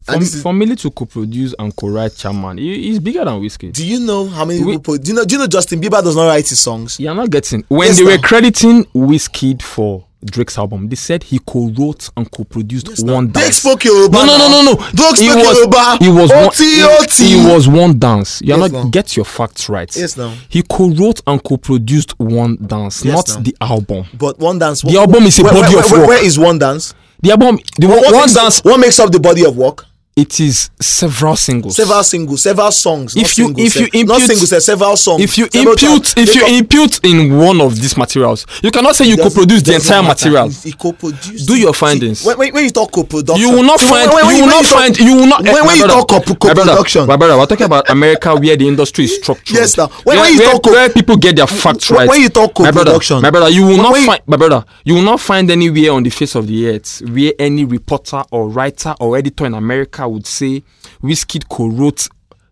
For,
this is-
for Millie to co-produce and co-write Chairman, he, he's bigger than Whiskey.
Do you know how many
We-
people? Do you know? Do you know Justin Bieber does not write his songs?
You're not getting when
Yes,
they were
now.
crediting Whiskey for Drake's album. They said he co-wrote and co-produced
Yes, now.
one
Drake
dance.
spoke Yoruba.
No, no, no, no, no.
Drake
He
spoke
was-
Yoruba.
He was one.
OT, OT.
He, was one dance. You're
Yes,
not
now.
get your facts right.
Yes, now.
He co-wrote and co-produced one dance,
Yes,
not
now.
the album.
But one dance.
The album is a
where,
body
where,
of
where-
work.
where is one dance?
The album, the one,
What
one
makes-
dance,
What makes up the body of work?
it is several singles.
Several singles, several songs.
If
not
you-
singles,
if you
eh, not
impute-
singles, eh, several songs.
if you
several
impute,
tracks.
if you
Make up-
impute in one of these materials, you cannot say you
doesn't-
co-produced the
doesn't
entire
matter.
material.
He- he co-produced
Do
it.
your
See,
findings.
When, when, when you talk co-production,
You will not
when-
find.
when- when
you will not
talk-
find. You will not. eh,
When, when
my
you
brother,
talk co-
my brother,
co-production,
my brother, we're talking about America, where the industry is structured.
Yes, now. When-
where,
when you
where-
talk co-
where people get their facts
when-
right.
when you talk
my brother,
co-production-
my brother, you will
When-
not
when you-
find. My brother, you will not find anywhere on the face of the earth where any reporter or writer or editor in America would say, "Whiskey co-wrote."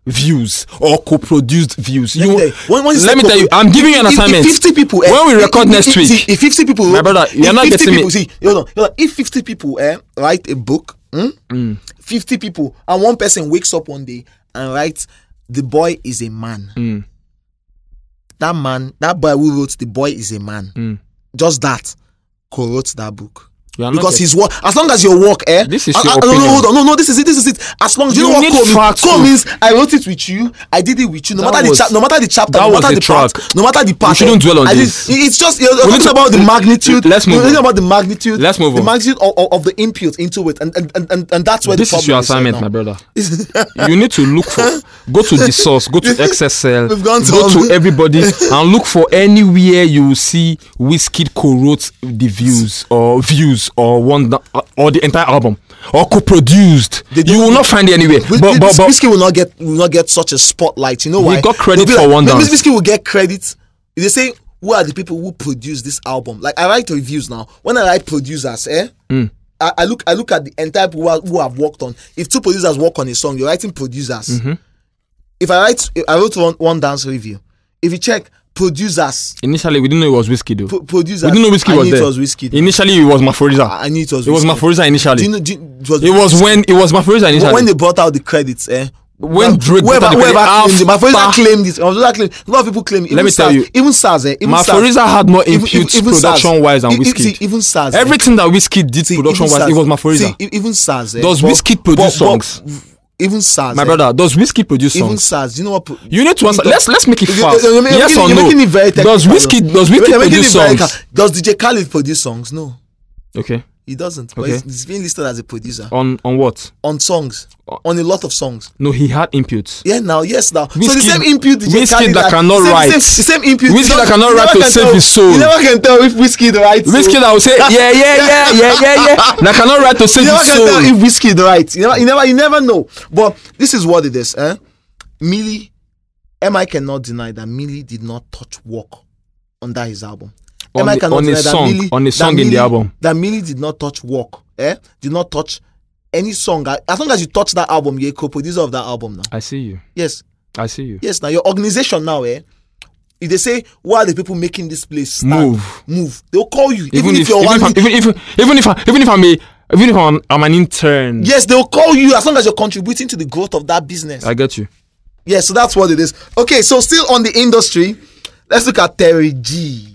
Views or co-produced views.
Let
you,
me tell you, when- when you
let
say
me tell you.
co-pro-
I'm giving you an
if- if
assignment.
50 people, eh,
when we
if-
record
if-
next
if-
week,
see, if 50 people,
My brother,
if
you're not
50
getting me.
people, See, hold on, hold on. If 50 people eh, write a book, hmm, 50 people, and one person wakes up one day and writes, "The boy is a man."
Hmm.
That man, that boy who wrote "The boy is a man,"
Hmm.
just that, co-wrote that book.
You are not
Because
getting-
his work, as long as your work, eh?
This is
I-
your
I- no, no,
opinion.
hold on, no, no, this is it, this is it. As long as you,
You
know
need
what co means,
facts
co
to-
means, I wrote it with you, I did it with you. No
That
matter
was-
the chap, no matter the chapter,
that
no
was
matter
the
the part,
track.
no matter the part.
shouldn't
eh,
dwell on
I did-
this.
it's just you're you're
We need
talking
to-
about the
l-
magnitude.
let's move
You're
on.
talking about the magnitude.
Let's move
The
on.
magnitude of, of, of the input into it, and and, and, and, and that's where
this
the
is
problem
your assignment,
right
my
now.
brother.
[LAUGHS]
you need to look for, go to the source, go to XSL,
We've gone to
go
all- [LAUGHS]
to everybody, and look for anywhere you will see Wizkid co-wrote the views or views or one da- or the entire album or co-produced.
They
You
don't-
will not find it anywhere.
Whi-
But, but,
Whi-
but
Whiskey will not get will not get such a spotlight. You know why?
got
They'll
credit
be
for
like-
One
Maybe
Dance.
Whiskey will get credit. They say, "Who are the people who produce this album?" Like I write reviews now. When I write producers, eh.
Hmm.
I, I look I look at the entire people who, are, who have worked on. If two producers work on a song, you're writing producers.
Mm-hmm.
If I write, I wrote one, one dance review. If you check producers,
initially we didn't know it was Wizkid. though.
pro- producers,
we didn't know Wizkid
I
was
knew
there.
It was Whiskey.
Initially it was Maforiza.
I knew it was.
It was
Whiskey.
Maforiza
Do
initially.
you know? Do you, it was,
it was when it was Maforiza initially.
when they brought out the credits. Eh,
When Drake brought
whoever,
out
whoever
the credits,
claimed it, my friends
after-
claimed it. my friends claimed it. A lot of people claim it. Even
me tell
Saz-
you.
even Saz, eh, even
My
Saz-
Fariza had more
even-
imputes
even- even Saz.
production wise than
E- e-
Wizkid.
see, Even Saz, eh,
Everything that Wizkid did
see, even
production wise,
Saz-
it was Maforiza.
see, e- Even Saz, eh,
Does
but-
Wizkid
but-
produce
but-
songs?
Even Saz,
My
eh,
brother, does whiskey produce
Even
songs?
Saz, you know what? pro-
You need to answer. Let's let's make it
You-
fast.
you- you're making-
yes
you're
or
making-
no?
You're making it very technical.
does whiskey
though.
does
You're
whiskey
making it
produce
very
songs?
ca- Does DJ Khaled produce songs? No,
Okay.
he doesn't. But
Okay.
he's, he's being listed as a producer
On on what?
on songs,
Oh.
on a lot of songs.
No, he had inputs.
Yeah, now, yes, now. so the
Whiskey-
same impute DJ
whiskey
Khaled
that cannot
the same,
write.
The same, the same impute.
Whiskey
you
that
don't-
cannot
you
write
never
to
can
save
tell-
his soul.
You never can tell if whiskey writes.
Whiskey that will say yeah yeah
[LAUGHS]
yeah yeah yeah yeah. That cannot write to save
You never
his
can tell
soul.
if whiskey writes. You never, you never, you never know. But this is what it is, eh? Millie, MI cannot deny that Millie did not touch work under his album.
On
MI
the-
cannot
on a
deny that
song-
Millie-
on a
that
song in the
Millie-
album.
That Millie did not touch work, eh? Did not touch any song. As long as you touch that album, you're a co-producer of that album now.
I see you.
Yes.
I see you.
Yes, now your organization now, eh? If they say, why are the people making this place stand?
Move.
Move. They'll call you. Even,
Even
if,
if
you're
even
one.
if I'm- even if even if I- even if I'm a even if I'm I'm an intern.
yes, they'll call you as long as you're contributing to the growth of that business.
I get you.
yeah, so that's what it is. Okay, so still on the industry, let's look at Terry G.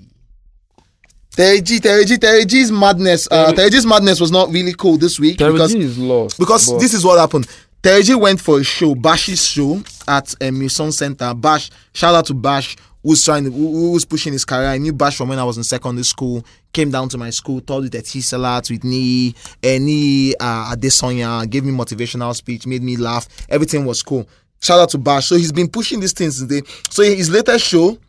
Terry G, Terry G, Terry G's madness. Uh, Terry G's madness was not really cool this week because
is lost.
because this is what happened. Tereji went for a show, Bash's show at um, Mission Center. Bash, shout out to Bash, who's trying, to, who, who- who's pushing his career. I knew Bash from when I was in secondary school. Came down to my school, taught me the T salat with me, any uh, Adesonya, gave me motivational speech, made me laugh. Everything was cool. Shout out to Bash. So he's been pushing these things today. So his latest show,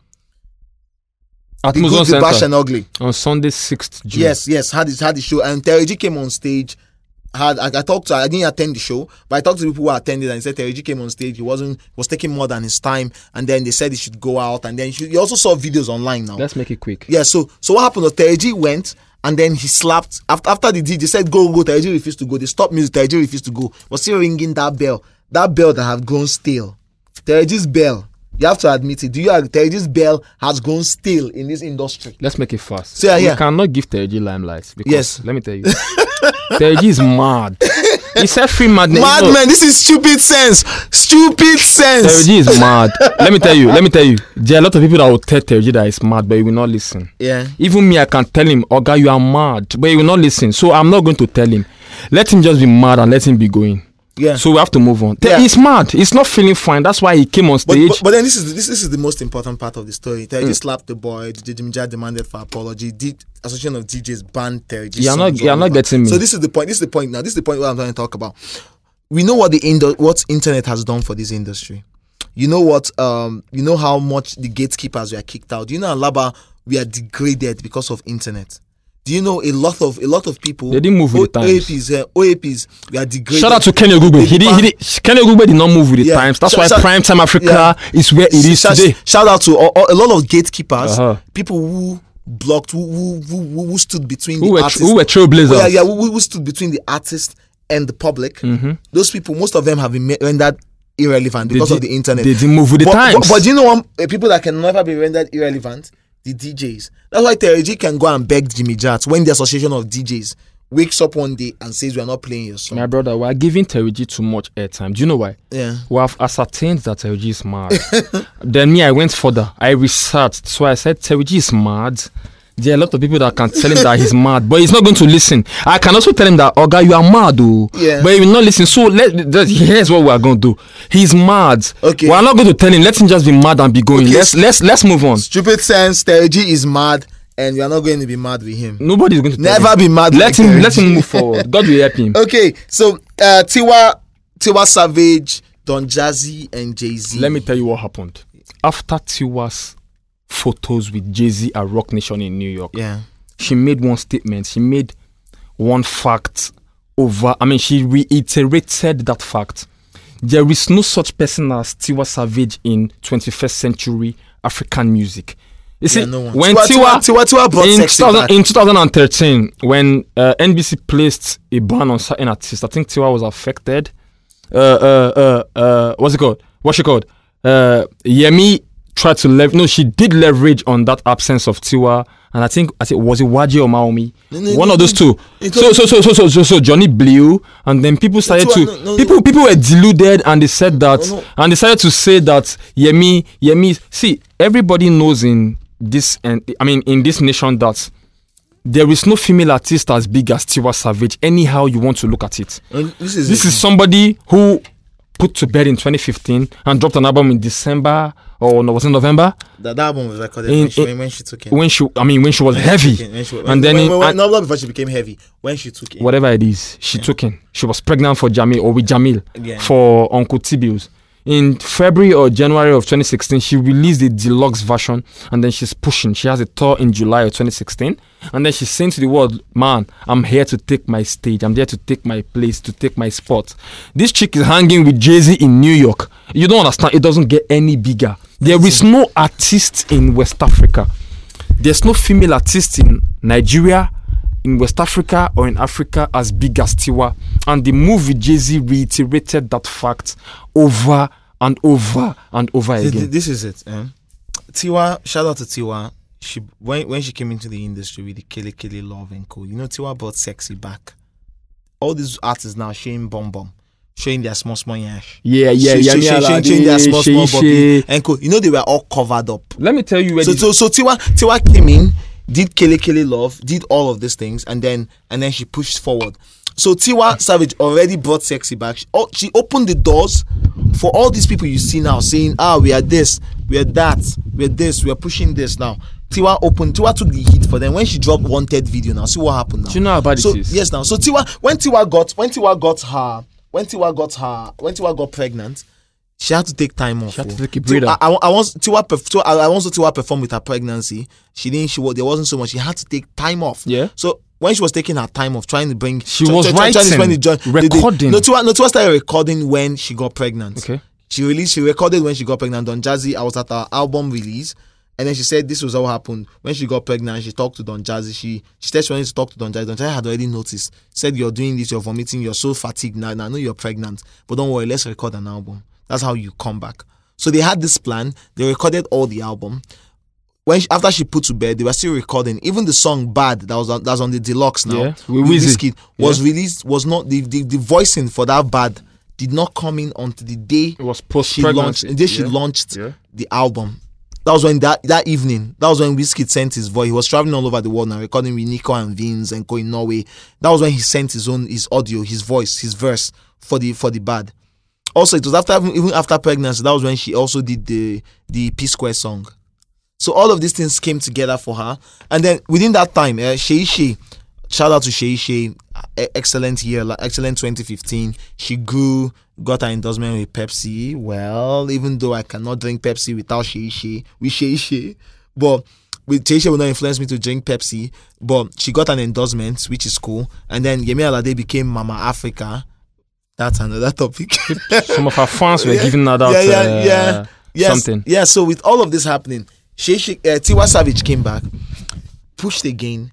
at
the Good,
Muzon
the Bash
Center
and Ugly.
on Sunday sixth June.
Yes, yes, had his had the show, and Tereji came on stage. Had I, I talked to I didn't attend the show, but I talked to people who attended and he said Tereji came on stage. He wasn't was taking more than his time, and then they said he should go out, and then you you also saw videos online now.
Let's make it quick.
yeah, so so what happened was Tereji went. And then he slapped after after the DJ said go go Tereji refused to go. They stopped music. Tereji refused to go. Was still ringing that bell, that bell that had grown stale. Tereji's bell. You have to admit it. Do you agree? Tereji's bell has grown stale in this industry.
Let's make it fast.
So, yeah,
we
yeah.
cannot give Terji limelight. Because
Yes.
Let me tell you. Terji is mad. he said free madness.
Madman, this is stupid sense. Stupid sense.
Terry G is mad. let me tell you. Let me tell you. There are a lot of people that will tell Terry G that he's mad, but he will not listen.
Yeah.
Even me, I can tell him, "Oh God, you are mad," but he will not listen. So I'm not going to tell him. Let him just be mad and let him be going.
Yeah.
So we have to move on. Te-
Yeah.
He's mad. He's not feeling fine. That's why he came on
But,
stage. Mm.
but, but then this is this, this is the most important part of the story. Terry G slapped the boy. DJ Jimmy Jai demanded for apology. D- Association of DJs banned Terry G.
You're not-
songs
you're
all
not
over.
getting me.
So this is the point. This is the point now. This is the point where I'm trying to talk about. We know what the indo- what internet has done for this industry. You know what? Um, you know how much the gatekeepers were kicked out. You know, Alaba, we are degraded because of internet. Do you know a lot of a lot of people?
They didn't move with the times.
OAPs, uh, OAPs, we are degraded.
Shout out to Kenny Ogugbe. He did, he did, Kenny Ogugbe did not move with the
Yeah.
times. That's
Shout-
why
shout-
prime time Africa is where it is
shout,
today.
shout out to all- all- a lot of gatekeepers,
Uh-huh.
people who blocked, who who, who, who- who stood between
Who
the
were,
artists.
who were trailblazers?
yeah, yeah, who, who stood between the artist and the public. Those people, most of them have been ma- rendered irrelevant because of
did-
the internet.
Mm-hmm. they didn't move with the
but,
times.
But, but do you know what? uh, People that can never be rendered irrelevant, the DJs. That's why Terry G can go and beg Jimmy Jat when the association of DJs wakes up one day and says we are not playing your song.
My brother, we are giving Terry G too much airtime. Do you know why?
Yeah.
We have ascertained that Terry G is mad.
[LAUGHS]
then me, I went further. I researched. So I said, Terry G is mad. There are a lot of people that can tell him
[LAUGHS]
that he's mad, but he's not going to listen. I can also tell him that, oh, guy, you are mad, oh.
Yeah.
But he will not listen. So let, that, here's what we are going to do. He's mad.
Okay.
We are not going to tell him. Let him just be mad and be going.
Okay.
Let's let's let's move on.
Stupid sense. Terry G is mad, and you are not going to be mad with him.
Nobody's going to tell
Never
him.
be mad.
Let
with
him
Terry
let
G.
him move forward. God will help him.
[LAUGHS] Okay, so uh, Tiwa, Tiwa Savage, Don Jazzy, and Jay Z.
Let me tell you what happened. After Tiwa's photos with Jay Z at Rock Nation in New York,
Yeah.
she made one statement. She made one fact over. I mean, she reiterated that fact. There is no such person as Tiwa Savage in 21st century African music. You see,
Yeah, no one.
when
Tiwa-
Tiwa,
Tiwa- Tiwa brought
in,
sexy
2000
back.
in 2013, when uh, NBC placed a ban on certain artists, I think Tiwa was affected. Uh, uh, uh, uh, what's it called? What's she called? Uh, Yemi tried to leverage. No, she did leverage on that absence of Tiwa, and I think I think was it Waji or Maomi?
no,
One
no,
of those two.
it
So so so so so so, so Johnny Blew, and then people started
Tiwa,
to
no, no,
Eh, people people were deluded, and they said that
no.
and decided to say that Yemi Yemi. See, everybody knows in this and I mean in this nation that. There is no female artist as big as Tiwa Savage, anyhow you want to look at it
And This is
this is somebody who put to bed in 2015 and dropped an album in December or no, was it November
that, that album was recorded
In-
when, she,
in-
when she took it.
when she, I mean, when she was heavy,
When she- when-
and then
when,
it-
when- when-
and
no, not before she became heavy. When she took it,
whatever it is, she took in. She was pregnant for Jamil or with Jamil
Yeah.
for Uncle Tibius. In February or January of 2016, she released the deluxe version, and then she's pushing. She has a tour in July of 2016, and then she's saying to the world, "Man, I'm here to take my stage. I'm there to take my place, to take my spot." This chick is hanging with Jay Z in New York. You don't understand. It doesn't get any bigger. There is no artist in West Africa there's no female artist in Nigeria, in West Africa, or in Africa as big as Tiwa. And the movie Jay Z reiterated that fact over and over and over
Th- th-
again.
this is it. eh? Tiwa, shout out to Tiwa. She when when she came into the industry with the Kele Kele Love and Co. You know, Tiwa brought sexy back. All these artists now showing bomb bomb, showing their small small yash.
Yeah, yeah,
She-
yeah.
she-
me
she-
alade,
she- showing their small
she-
small
she-
body and co. You know, they were all covered up.
Let me tell you where
So,
this-
so so Tiwa Tiwa came in, did Kele Kele Love, did all of these things, and then and then she pushed forward. So Tiwa Savage already brought sexy back. She, oh, she opened the doors for all these people you see now saying, ah, we are this, we are that, we are this, we are pushing this now. Tiwa opened. Tiwa took the heat for them when she dropped Wanted video. Now see what happened now.
Do you know how bad it
so,
is?
Yes, now. So Tiwa when Tiwa got when Tiwa got her when Tiwa got her when Tiwa got pregnant, she had to take time off. oh. She
had to take a breather.
I, I, I once Tiwa, perf- Tiwa I, I once saw Tiwa perform with her pregnancy. She didn't. She was there wasn't so much. She had to take time off.
Yeah.
So when she was taking her time off, trying to bring,
She was
to
writing,
spend the joy- the- the-
recording.
no, Tiwa, no, Tiwa started recording when she got pregnant.
Okay.
She released. She recorded when she got pregnant. Don Jazzy. I was at her album release. And then she said this was what happened when she got pregnant. She talked to Don Jazzy. She she said she wanted to talk to Don Jazzy. Don Jazzy had already noticed. Said you're doing this. You're vomiting. You're so fatigued now. and I know you're pregnant, but don't worry. Let's record an album. That's how you come back. So they had this plan. They recorded all the album. when she, after she put to bed, they were still recording. Even the song "Bad" that was on, that's on the deluxe now.
Yeah, with
with
Wizkid.
Wizkid, was released was not the, the the voicing for that "Bad" did not come in until the day
It was post
she launched. The day she
yeah.
launched
Yeah.
the album. That was when that that evening. That was when Wizkid sent his voice. He was traveling all over the world now, recording with Nico and Vince and going Norway. That was when he sent his own his audio, his voice, his verse for the for the "Bad." Also, it was after even after pregnancy. That was when she also did the the P Square song. So all of these things came together for her. And then within that time, uh, Shei Shei, shout out to Shei Shei, e- excellent year, like, excellent 2015. She grew, got her endorsement with Pepsi. Well, even though I cannot drink Pepsi without Shei Shei, with Shei Shei, but with Shei Shei will not influence me to drink Pepsi. But she got an endorsement, which is cool. And then Yemi Alade became Mama Africa. That's another [LAUGHS] topic.
Some of her fans [LAUGHS] were
Yeah.
giving her that.
Yeah, yeah,
uh,
yeah. Yes,
Something.
Yeah, so with all of this happening, she, she, uh, Tiwa Savage came back, pushed again,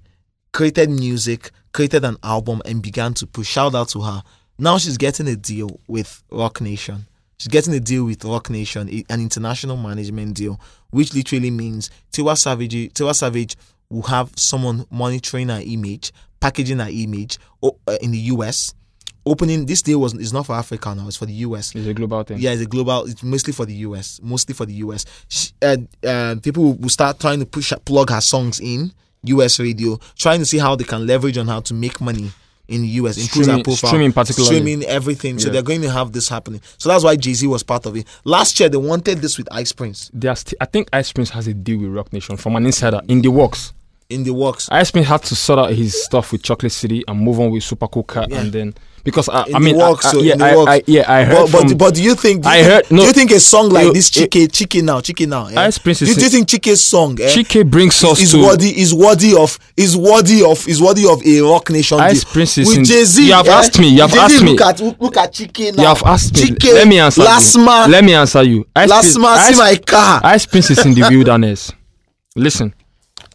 created music, created an album, and began to push. Shout out to her. Now she's getting a deal with Rock Nation. She's getting a deal with Rock Nation, i- an international management deal, which literally means Tiwa Savage, Tiwa Savage will have someone monitoring her image, packaging her image o- uh, in the US. Opening this deal was is not for Africa now; it's for the US.
It's a global thing.
Yeah, it's a global. It's mostly for the US. Mostly for the US. She, uh, uh, people will- will start trying to push plug her songs in US radio, trying to see how they can leverage on how to make money in the US, improve
Streaming-
her profile,
streaming particularly.
streaming everything. So
Yeah.
they're going to have this happening. So that's why Jay Z was part of it. Last year they wanted this with Ice Prince
They are sti- I think Ice Prince has a deal with Rock Nation from an insider in the works.
in the works.
Ice Prince had to sort out his stuff with Chocolate City and move on with Super Cool Cat and then because I,
In
I
the
mean I-
works,
I-
so
yeah
in the
I,
works.
I yeah I heard
But, but
from
but do you think do you
I
think-
heard- no.
do you think a song like
You-
this Chike Chike now Chike now eh?
Ice Prince
do,
is
you- do you
a-
think Chike's song eh,
Chike brings us
is
to
worthy is worthy of is worthy of is worthy of a rock nation
Ice
deal.
Prince is
with
in-
Jay-Z
you have
eh?
asked me, you have
Jay-Z,
asked me.
look at look at Chike now
you have asked me
Chike,
let me answer you.
Lasma
let me answer you Ice Prince-
Lasma see
Ice-
my car
Ice Prince is
[LAUGHS]
in the wilderness. Listen,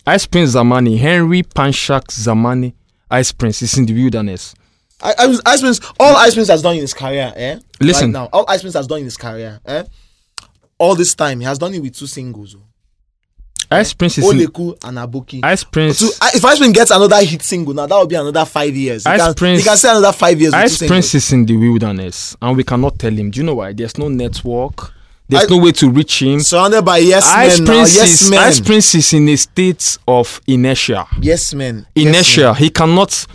Ice Prince Zamani, Henry Panshak Zamani, Ice Prince is in the wilderness.
I, I was, Ice Prince all Ice Prince has done in his career eh
Listen.
right now all Ice Prince has done in his career eh all this time he has done it with two singles oh.
Ice Prince is in,
Oleku and Aboki
Ice Prince.
So I- if Ice Prince gets another hit single now, that would be another five years. He
Ice
can,
Prince-
he can say another five years. with
Ice
two
Prince
singles.
is in the wilderness, and we cannot tell him. Do you know why? There's no network. There's
I-
no way to reach him.
surrounded by yes
Ice
men
Prince
now. Yes
is
men.
Ice Prince is in a state of inertia.
Yes men. Yes,
Inertia. he cannot.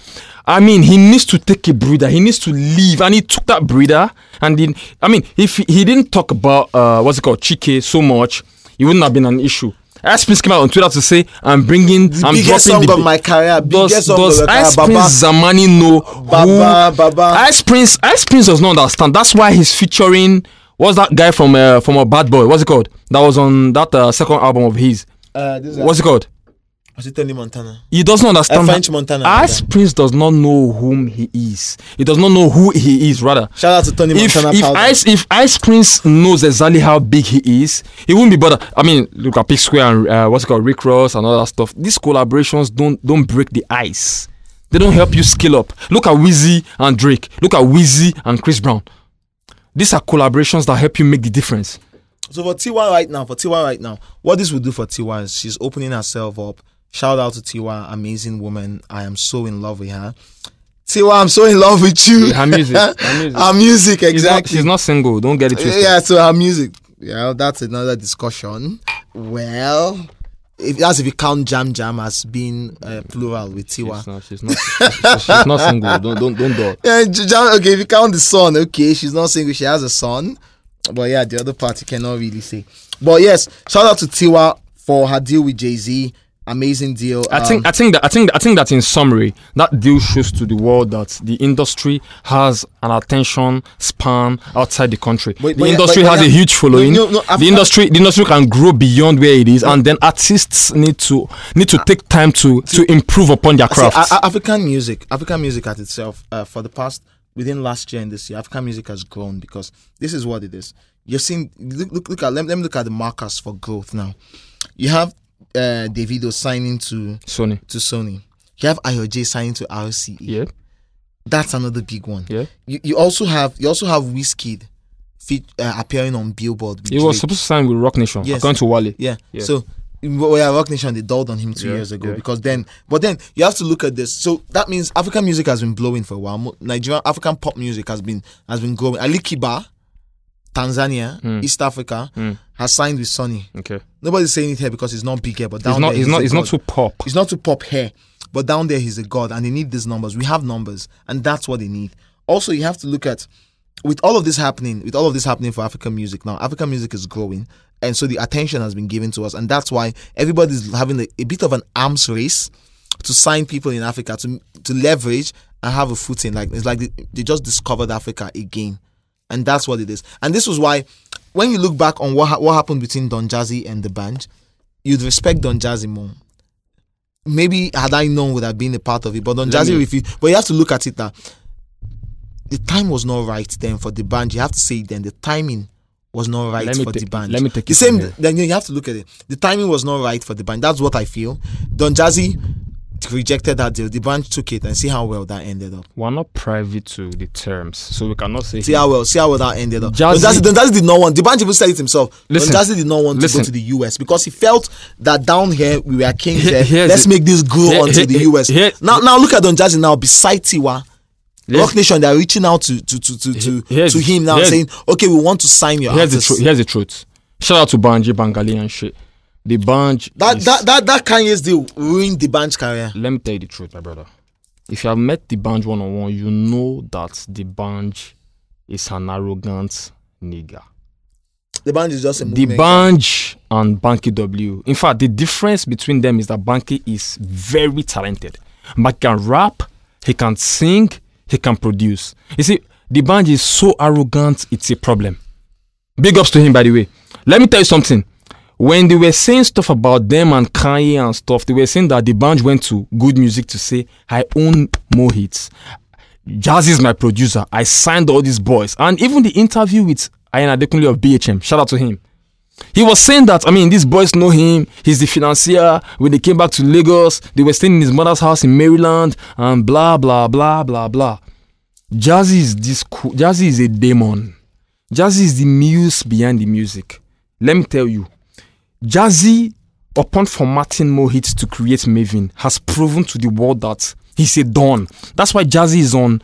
I mean, he needs to take a breather. He needs to leave, and he took that breather. And then, I mean, if he, he didn't talk about uh, what's it called, Chike, so much, it wouldn't have been an issue. Ice Prince came out on Twitter to say, "I'm bringing, I'm
biggest song
dropping the."
of my career.
does
Biggest song
does
of my career.
Ice
Baba.
Prince Zamani know
Baba,
who
Baba.
Ice Prince Ice Prince does not understand. That's why he's featuring what's that guy from uh, from a bad boy? What's it called? That was on that uh, second album of his.
Uh, this is
What's it called?
was it Tony Montana?
He doesn't understand.
Uh, French
that-
Montana,
Ice
yeah.
Prince does not know whom he is. He does not know who he is. Rather,
Shout out to Tony
if
Montana.
if
Powder.
Ice if Ice Prince knows exactly how big he is, he wouldn't be bothered. I mean, look at Pig Square and uh, what's it called Rick Ross and all that stuff. These collaborations don't don't break the ice. They don't help you scale up. Look at Wheezy and Drake. Look at Wheezy and Chris Brown. These are collaborations that help you make the difference.
So for Tiwa right now, for Tiwa right now, what this will do for Tiwa is she's opening herself up. Shout out to Tiwa, amazing woman. I am so in love with her. Tiwa, I'm so in love with you. [LAUGHS]
Her music, her music.
Her music,
She's not-
exactly.
She's not, single. Don't get it twisted.
yeah, so her music. Yeah, that's another discussion. Well, if that's if you count Jam Jam as being uh, plural with
She's
Tiwa.
not, she's, not, she's, she's not single. Don't don't don't do
Yeah, J- Jam, okay, if you count the son, okay, she's not single, she has a son. But yeah, the other part you cannot really say. But yes, shout out to Tiwa for her deal with Jay Z. Amazing deal. Um,
I think I think that I think I think that in summary, that deal shows to the world that the industry has an attention span outside the country.
But-
the
but-
industry
but-
has
but-
a huge following.
No, no, no, I've-
the industry the industry can grow beyond where it is, and then artists need to need to take time to to improve upon their
See,
craft.
A- A- African music, African music at itself, uh, for the past within last year and this year, African music has grown because this is what it is. You're seeing. Look, look, look at. Let, let me look at the markers for growth now. You have uh, Davido signing to
Sony,
to Sony. You have IOJ signing to RCE.
yeah,
That's another big one.
yeah.
You, you also have you also have Wizkid feat, uh, appearing on Billboard. With
It was
Drake.
supposed to sign with Rock Nation,
Yes.
according to Wale.
Yeah.
Yeah.
So well, yeah, Rock Nation they dulled on him two
Yeah,
years ago
yeah.
because then, but then you have to look at this. So that means African music has been blowing for a while. Mo- Nigerian African pop music has been has been growing. Ali Kiba, Tanzania,
Hmm.
East Africa has signed with Sony.
Okay.
Nobody's saying it here because he's not big here, but down
It's not.
there
It's not.
a
It's not
god.
too pop.
He's not too pop here, but down there he's a god, and they need these numbers. We have numbers, and that's what they need. Also, you have to look at with all of this happening, with all of this happening for African music now. African music is growing, and so the attention has been given to us, and that's why everybody's having a, a bit of an arms race to sign people in Africa to to leverage and have a footing. Like it's like they, they just discovered Africa again, and that's what it is. And this was why, when you look back on what ha- what happened between Don Jazzy and the band, you'd respect Don Jazzy more maybe had I known would have been a part of it. But Don
Let
Jazzy
me-
refused. But you have to look at it that the time was not right then for the band. You have to say it then the timing was not right
Let me
for
take-
the band.
let me take
the
it
same.
from here.
Then you have to look at it. The timing was not right for the band. That's what I feel. Don Jazzy rejected that deal. The band took it and see how well that ended up.
We're not privy to the terms, so we cannot say.
See how well. See how well that ended up.
Jazzy-
Don, Jazzy, Don Jazzy did not want. The band even said it himself.
Listen.
Don Jazzy did not want
Listen.
to go to the US because he felt that down here we were kings.
Here-
there.
here's
Let's
it.
make this grow
Here-
onto
here-
the
here-
US.
here-
now, now look at Don Jazzy now beside Tiwa.
Here's-
Rock Nation, they are reaching out to to to to, to,
Here's-
to him now,
here's-
saying, "Okay, we want to sign your
here's the
artist."
truth. Here's the truth. Shout out to Banji, Bangali, and shit. The Banj.
that,
is-
that that that Kanye's deal ruined the band's career.
Let me tell you the truth, my brother. If you have met the Banj one on one, you know that the Banj is an arrogant nigga.
The band is just a
The
movement.
Banj and Banky W. In fact, the difference between them is that Banky is very talented. Banky can rap, he can sing, he can produce. You see, the Banj is so arrogant, it's a problem. Big ups to him, by the way. Let me tell you something. When they were saying stuff about them and Kanye and stuff, they were saying that the band went to good music to say, I own more hits. Jazz is my producer. I signed all these boys. And even the interview with Ayan Adekunle of BHM, shout out to him. He was saying that, I mean, these boys know him. He's the financier. When they came back to Lagos, they were staying in his mother's house in Maryland and blah, blah, blah, blah, blah. Jazzy is this cool. Jazzy is a demon. Jazzy is the muse behind the music. Let me tell you, Jazzy, upon formatting more hits to create Maven, has proven to the world that he's a don. That's why Jazzy is on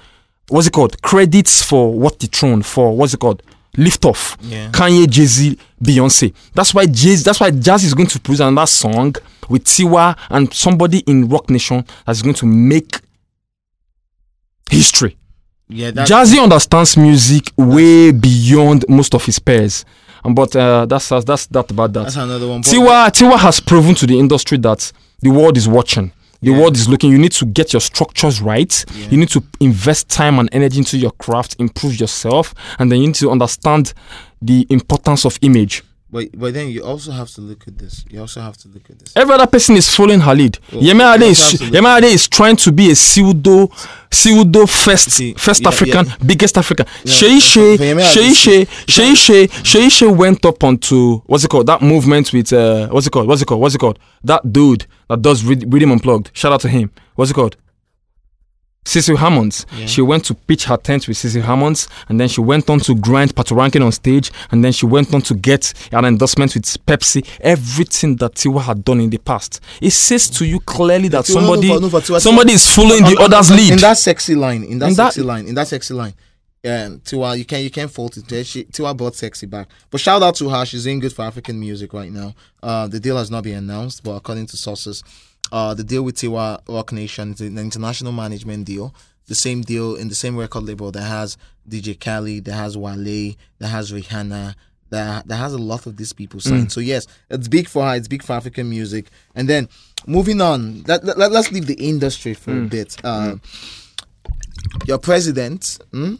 what's it called? Credits for what the throne for what's it called? Lift off.
Yeah.
Kanye, Jay Z, Beyonce. That's why Jay. That's why Jazzy is going to produce another song with Tiwa and somebody in Rock Nation that's going to make history.
Yeah, that,
Jazzy understands music way beyond most of his peers. Um, But uh, that's, that's that's that about
that's
that.
another one. But
Tiwa Tiwa has proven to the industry that the world is watching. The world is looking. You need to get your structures right. You need to invest time and energy into your craft, improve yourself, and then you need to understand the importance of image.
but but then you also have to look at this. You also have to look at this.
Every other person is following Khalid. Yemi Ade is
absolutely.
Yemi Ade is trying to be a pseudo pseudo first
See,
first
yeah,
African
yeah.
biggest African.
Yeah,
Shei Shei
for Yemi Ade,
Shei Shei Shei Shei Shei Shei went up onto what's it called that movement with uh, what's it called what's it called what's it called that dude that does Rhyth- rhythm unplugged. Shout out to him. What's it called? Cecil Hammonds. She went to pitch her tent with Cecil Hammonds, and then she went on to grind Patoranking on stage, and then she went on to get an endorsement with Pepsi. Everything that Tiwa had done in the past. It says to you clearly that
Tiwa, no,
somebody
no, for- no, for Tiwa, Tiwa-
somebody is following the
On- on-
other's
on-
lead.
In that sexy line, in that
In that-
sexy line, in that sexy line. Um, Tiwa, you can't you can't fault it. Yeah, She, Tiwa brought sexy back, but shout out to her. She's doing good for African music right now. Uh, the deal has not been announced, but according to sources, uh, the deal with Tiwa Rock Nation is an international management deal. The same deal in the same record label that has DJ Khaled, that has Wale, that has Rihanna, that that has a lot of these people signed. So yes, it's big for her. It's big for African music. And then moving on, let, let, us leave the industry for a bit. Uh, Your president hmm,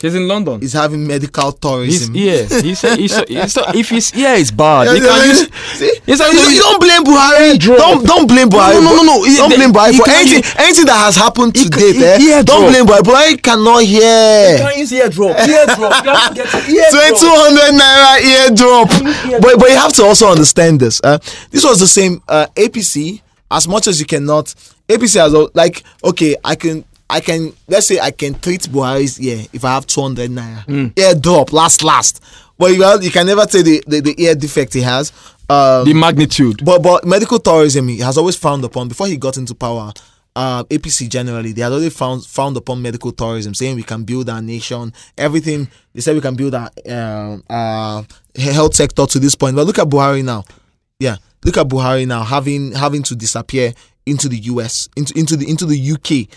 He's in London.
is having medical
His
tourism.
ear. He's, he's, he's, if his ear is bad,
Yeah,
he
yeah,
can use.
yeah. See?
Yes, I
You don't-
know.
you don't blame Buhari.
drop.
Don't don't blame
No,
Buhari.
no, no, no. He-
Don't
the-
blame Buhari
he
for
can
anything,
hear-
anything that has happened to
can-
date.
he-
eh,
ear
don't
drop.
blame Buhari. Buhari cannot hear.
use ear drop. Ear drop. You have to get ear
[LAUGHS] Twenty two hundred naira eardrop. But but you have to also understand this. Uh, this was the same uh, APC. As much as you cannot, APC has al- like okay, I can. I can let's say I can treat Buhari's ear if I have 200
Hmm.
naira ear drop last last, but you, have, you can never tell the, the, the ear defect he has um,
the magnitude.
But but medical tourism he has always frowned upon before he got into power. Uh, APC generally they had already found frowned upon medical tourism, saying we can build our nation. Everything they said we can build our um uh, health sector to this point. But look at Buhari now. Yeah, look at Buhari now having having to disappear into the US into into the into the UK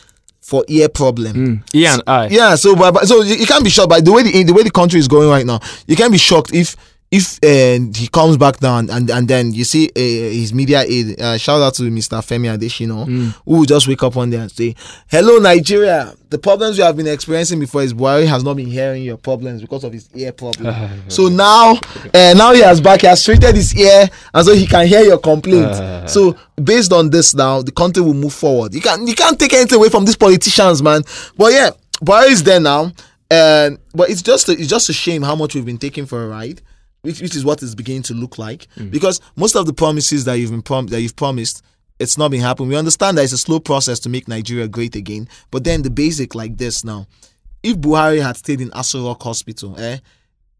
for ear problem.
Ian, I.
Yeah, so but, but- so you, you can't be shocked by the way the, the way the country is going right now. You can't be shocked if if uh, he comes back down and and then you see uh, his media aid. Uh, shout out to Mr. Femi Adesina, who will just wake up one day and say, "Hello Nigeria, the problems you have been experiencing before is Buhari has not been hearing your problems because of his ear problem. so now, uh, now he has back, he has treated his ear, and so he can hear your complaints. so based on this now, the country will move forward. You can you can't take anything away from these politicians, man. But yeah, Buhari is there now, and but it's just a, it's just a shame how much we've been taken for a ride. Which, which is what it's beginning to look like because most of the promises that you've been prom- that you've promised it's not been happening. We understand that it's a slow process to make Nigeria great again, but then the basic like this now. If Buhari had stayed in Aso Rock Hospital, eh,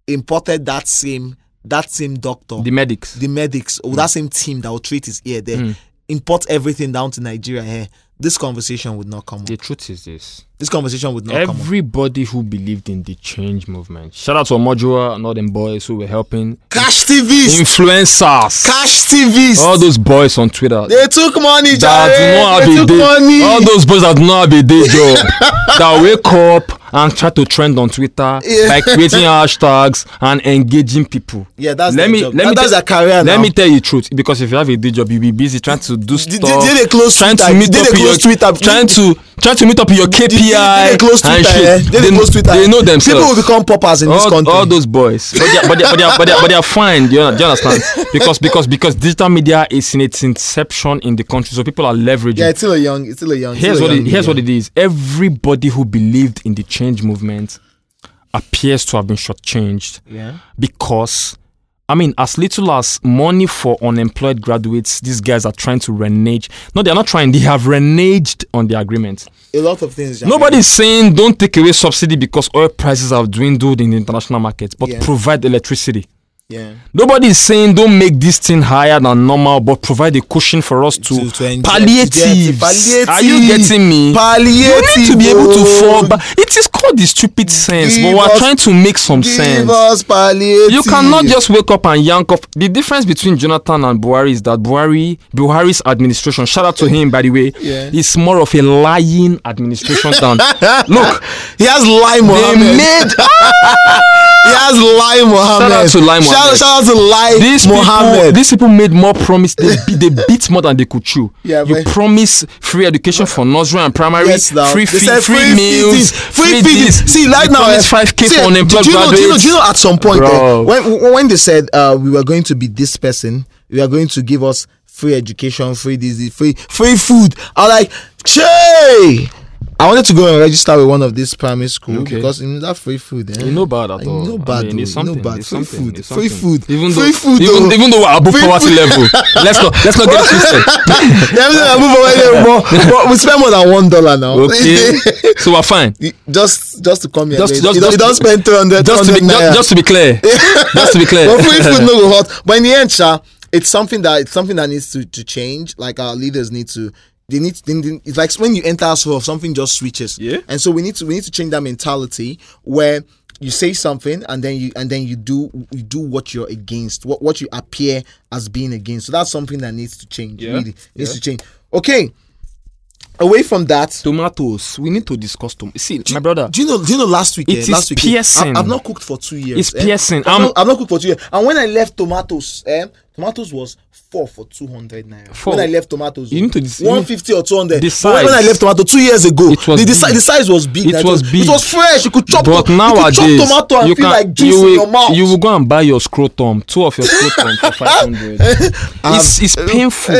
imported that same that same doctor,
The
the,
medics.
medics, or that same team that would treat his ear there, import everything down to Nigeria, eh, this conversation would not come up.
the truth is this.
This conversation would not Oh, come up.
Everybody who believed in the change movement. Shout out to Omojua and all them boys who were helping.
Cash TVs,
Influencers.
cash TVs.
All those boys on Twitter.
they took money,
that
Jare.
do
They
not have a
took money.
day. All those boys that do not have
[LAUGHS]
a day job. that wake up and try to trend on Twitter
Yeah.
by creating
[LAUGHS]
hashtags and engaging people.
yeah, that's
let
their
me
job.
let
That-
me
that's
tell-
their career.
Let
now.
me tell you the truth. Because if you have a day job, you'll be busy trying to do
Did-
stuff.
did they close
trying to
Twitter?
meet
Did
up
they
with your,
close Twitter?
Trying to trying to meet up with your KPI.
They close
and
Twitter. eh?
shit.
They, they close Twitter.
They know themselves.
People will become poppers in this
all,
country.
all those boys, but they are, but they are, but they are, but they are, but they are fine. Do you, do you understand? Because because because digital media is in its inception in the country, so people are leveraging.
yeah, it's still a young. It's still a young.
here's
still
what
a
it,
young
here's what
media.
it is. Everybody who believed in the change movement appears to have been shortchanged
Yeah.
because. I mean, as little as money for unemployed graduates, these guys are trying to renege. No, they are not trying. They have reneged on the agreement.
A lot of things. Jare.
Nobody is saying don't take away subsidy because oil prices have dwindled in the international markets, but
Yeah.
provide electricity.
Yeah.
Nobody is saying don't make this thing higher than normal, but provide a cushion for us to,
To- to enjoy-
palliatives.
Palliative.
Are you getting me?
Palliative.
You need to be able to
oh.
fall back. It is called the stupid sense,
Give
but we're
us-
trying to make some
Give
sense.
us palliative.
You cannot just wake up and yank off. The difference between Jonathan and Buhari is that Buhari, Buhari's administration, shout out to him by the way,
Yeah.
is more of a lying administration
[LAUGHS]
than. Look,
He has Lai
they
Mohammed.
made
he has Lai Mohammed.
to Lai
Shout,
Mohammed.
shout out to Lai
these people.
Mohammed.
These people made more
[LAUGHS]
promise. They be- they beat more than they could chew.
Yeah,
you
but-
promise free education for nursery and primary.
Yes, now.
free
They
feed,
said
free,
free
meals,
feedings, free feedings.
this.
See, right
You
now,
promise
eh,
five k
see,
for unemployed
do you know,
graduates.
do you know, do you know at some point, eh,
Bro.
when w- when they said uh, we were going to be this person, we are going to give us free education, free this, this, free free food. I like, Che! I wanted to go and register with one of these primary school
Okay.
because mm, that free food. Eh?
You know bad at all.
No bad.
I mean, it's
oh, no
something,
bad.
it's
Free
something,
food.
it's
Free
something.
food.
Even though,
free food.
even,
oh.
even though we're above
Free
poverty
food.
level, let's not let's not get it twisted.
[LAUGHS] Yeah, we don't move away
[LAUGHS]
there, but- but we spend more than one dollar now. [LAUGHS]
Okay, so we're fine.
just just to come here.
Just-
Just,
just-
you, don't, you
just-
don't spend 300
Just to be
200 naira.
just, just to be clear, just to be clear.
[LAUGHS] but
[LAUGHS]
free food no go hot. But in the end, sha, it's something that it's something that needs to, to change. Like our leaders need to. They need. They, they- it's like when you enter a school, something just switches.
Yeah.
And so we need to we need to change that mentality where you say something and then you and then you do you do what you're against, what what you appear as being against. So that's something that needs to change.
Yeah.
Really needs to change. Okay. Away from that,
Tomatoes. We need to discuss tomatoes. See, my brother.
do you know? Do you know? Last week,
Uh, It
eh,
is
last week, eh,
piercing.
I, have not cooked for two years. eh?
It's piercing.
I've
Um, I'm-
not, I've not cooked for two years. And when I left tomatoes, eh, tomatoes was four for two hundred naira.
Four.
When I left tomatoes,
You need to dis- you
one fifty or two hundred.
The
When I
size.
left tomato two years ago,
It was
the, the,
big.
si- the size was big.
It
Like,
was big.
It was fresh. You could chop.
But
to-
nowadays,
you could chop tomato and feel like juice
you will,
in your mouth.
You will go and buy your scrotum, two of your scrotum
[LAUGHS]
for five hundred.
Um,
It's, it's
uh,
painful.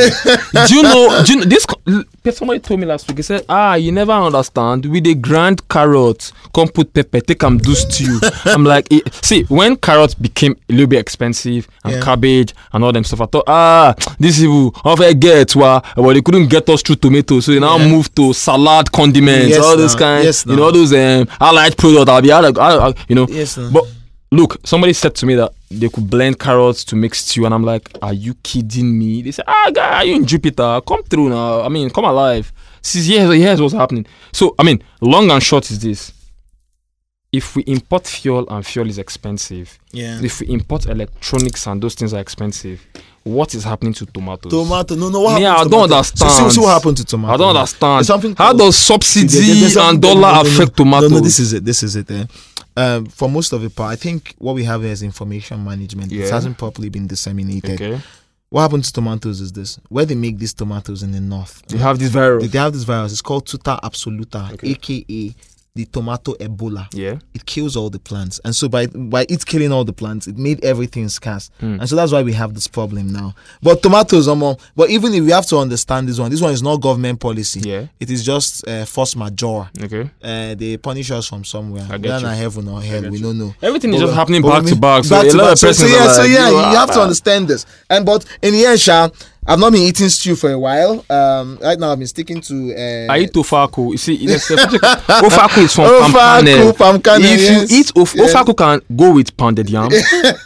do you know? Do you know this? co- l- Somebody told me last week. He said, "Ah, you never understand. With a grand carrot, come put pepper, take am do stew." I'm like, eh, see, when carrots became a little bit expensive and
Yeah.
cabbage and all them stuff, I thought, ah, this evil. How I get? Well, well, they couldn't get us through tomatoes, so they now move to salad condiments,
Yes,
all those
now.
kind.
Yes,
you know,
now.
all those um, allied products. I'll be, I'll, I'll, you know.
Yes, sir.
But look, somebody said to me that they could blend carrots to make stew, and I'm like, are you kidding me? They said, ah, guy, are you in Jupiter? Come through now. I mean, come alive. Since years, here's what's happening. So, I mean, long and short is this. If we import fuel and fuel is expensive,
Yeah.
if we import electronics and those things are expensive, what is happening to tomatoes?
Tomato. No, no. What
Me, I
happened to
don't
tomato? So, see,
understand.
see what happened to tomato.
I don't
There's
understand.
something
How
called-
does
See, there-
subsidy
there's
and
something- no,
dollar
no, no, no.
affect tomatoes?
No, no. This is it. This is it. eh. Um, for most of the part, I think what we have here is information management. It
Yeah.
hasn't properly been disseminated.
okay.
What happens to tomatoes is this: where they make these tomatoes in the north,
They have this virus.
they have this virus. It's called tuta absoluta,
Okay.
aka the tomato Ebola.
Yeah.
It kills all the plants, and so by by it killing all the plants, it made everything scarce,
Hmm.
and so that's why we have this problem now. But tomatoes, are more. But even if we have to understand this one, this one is not government policy.
Yeah.
It is just uh, force majeure.
Okay.
Uh, they punish us from somewhere.
I get
Whether
you.
na heaven or hell, we don't know.
Everything is
But-
just happening
but
back
we-
to back. So a lot of
So, so
persons
yeah,
are
so
like,
yeah,
yo,
you have to
ah,
understand this. And but in the end, Sha, I've not been eating stew for a while. Um, right now I've been sticking to. Uh,
I eat ofaku.
[LAUGHS]
You see, it's a, ofaku is from palm kernel.
Ofaku, palm kernel,
If
yes.
you eat of,
Yes.
ofaku, can go with
[LAUGHS]
pounded yam,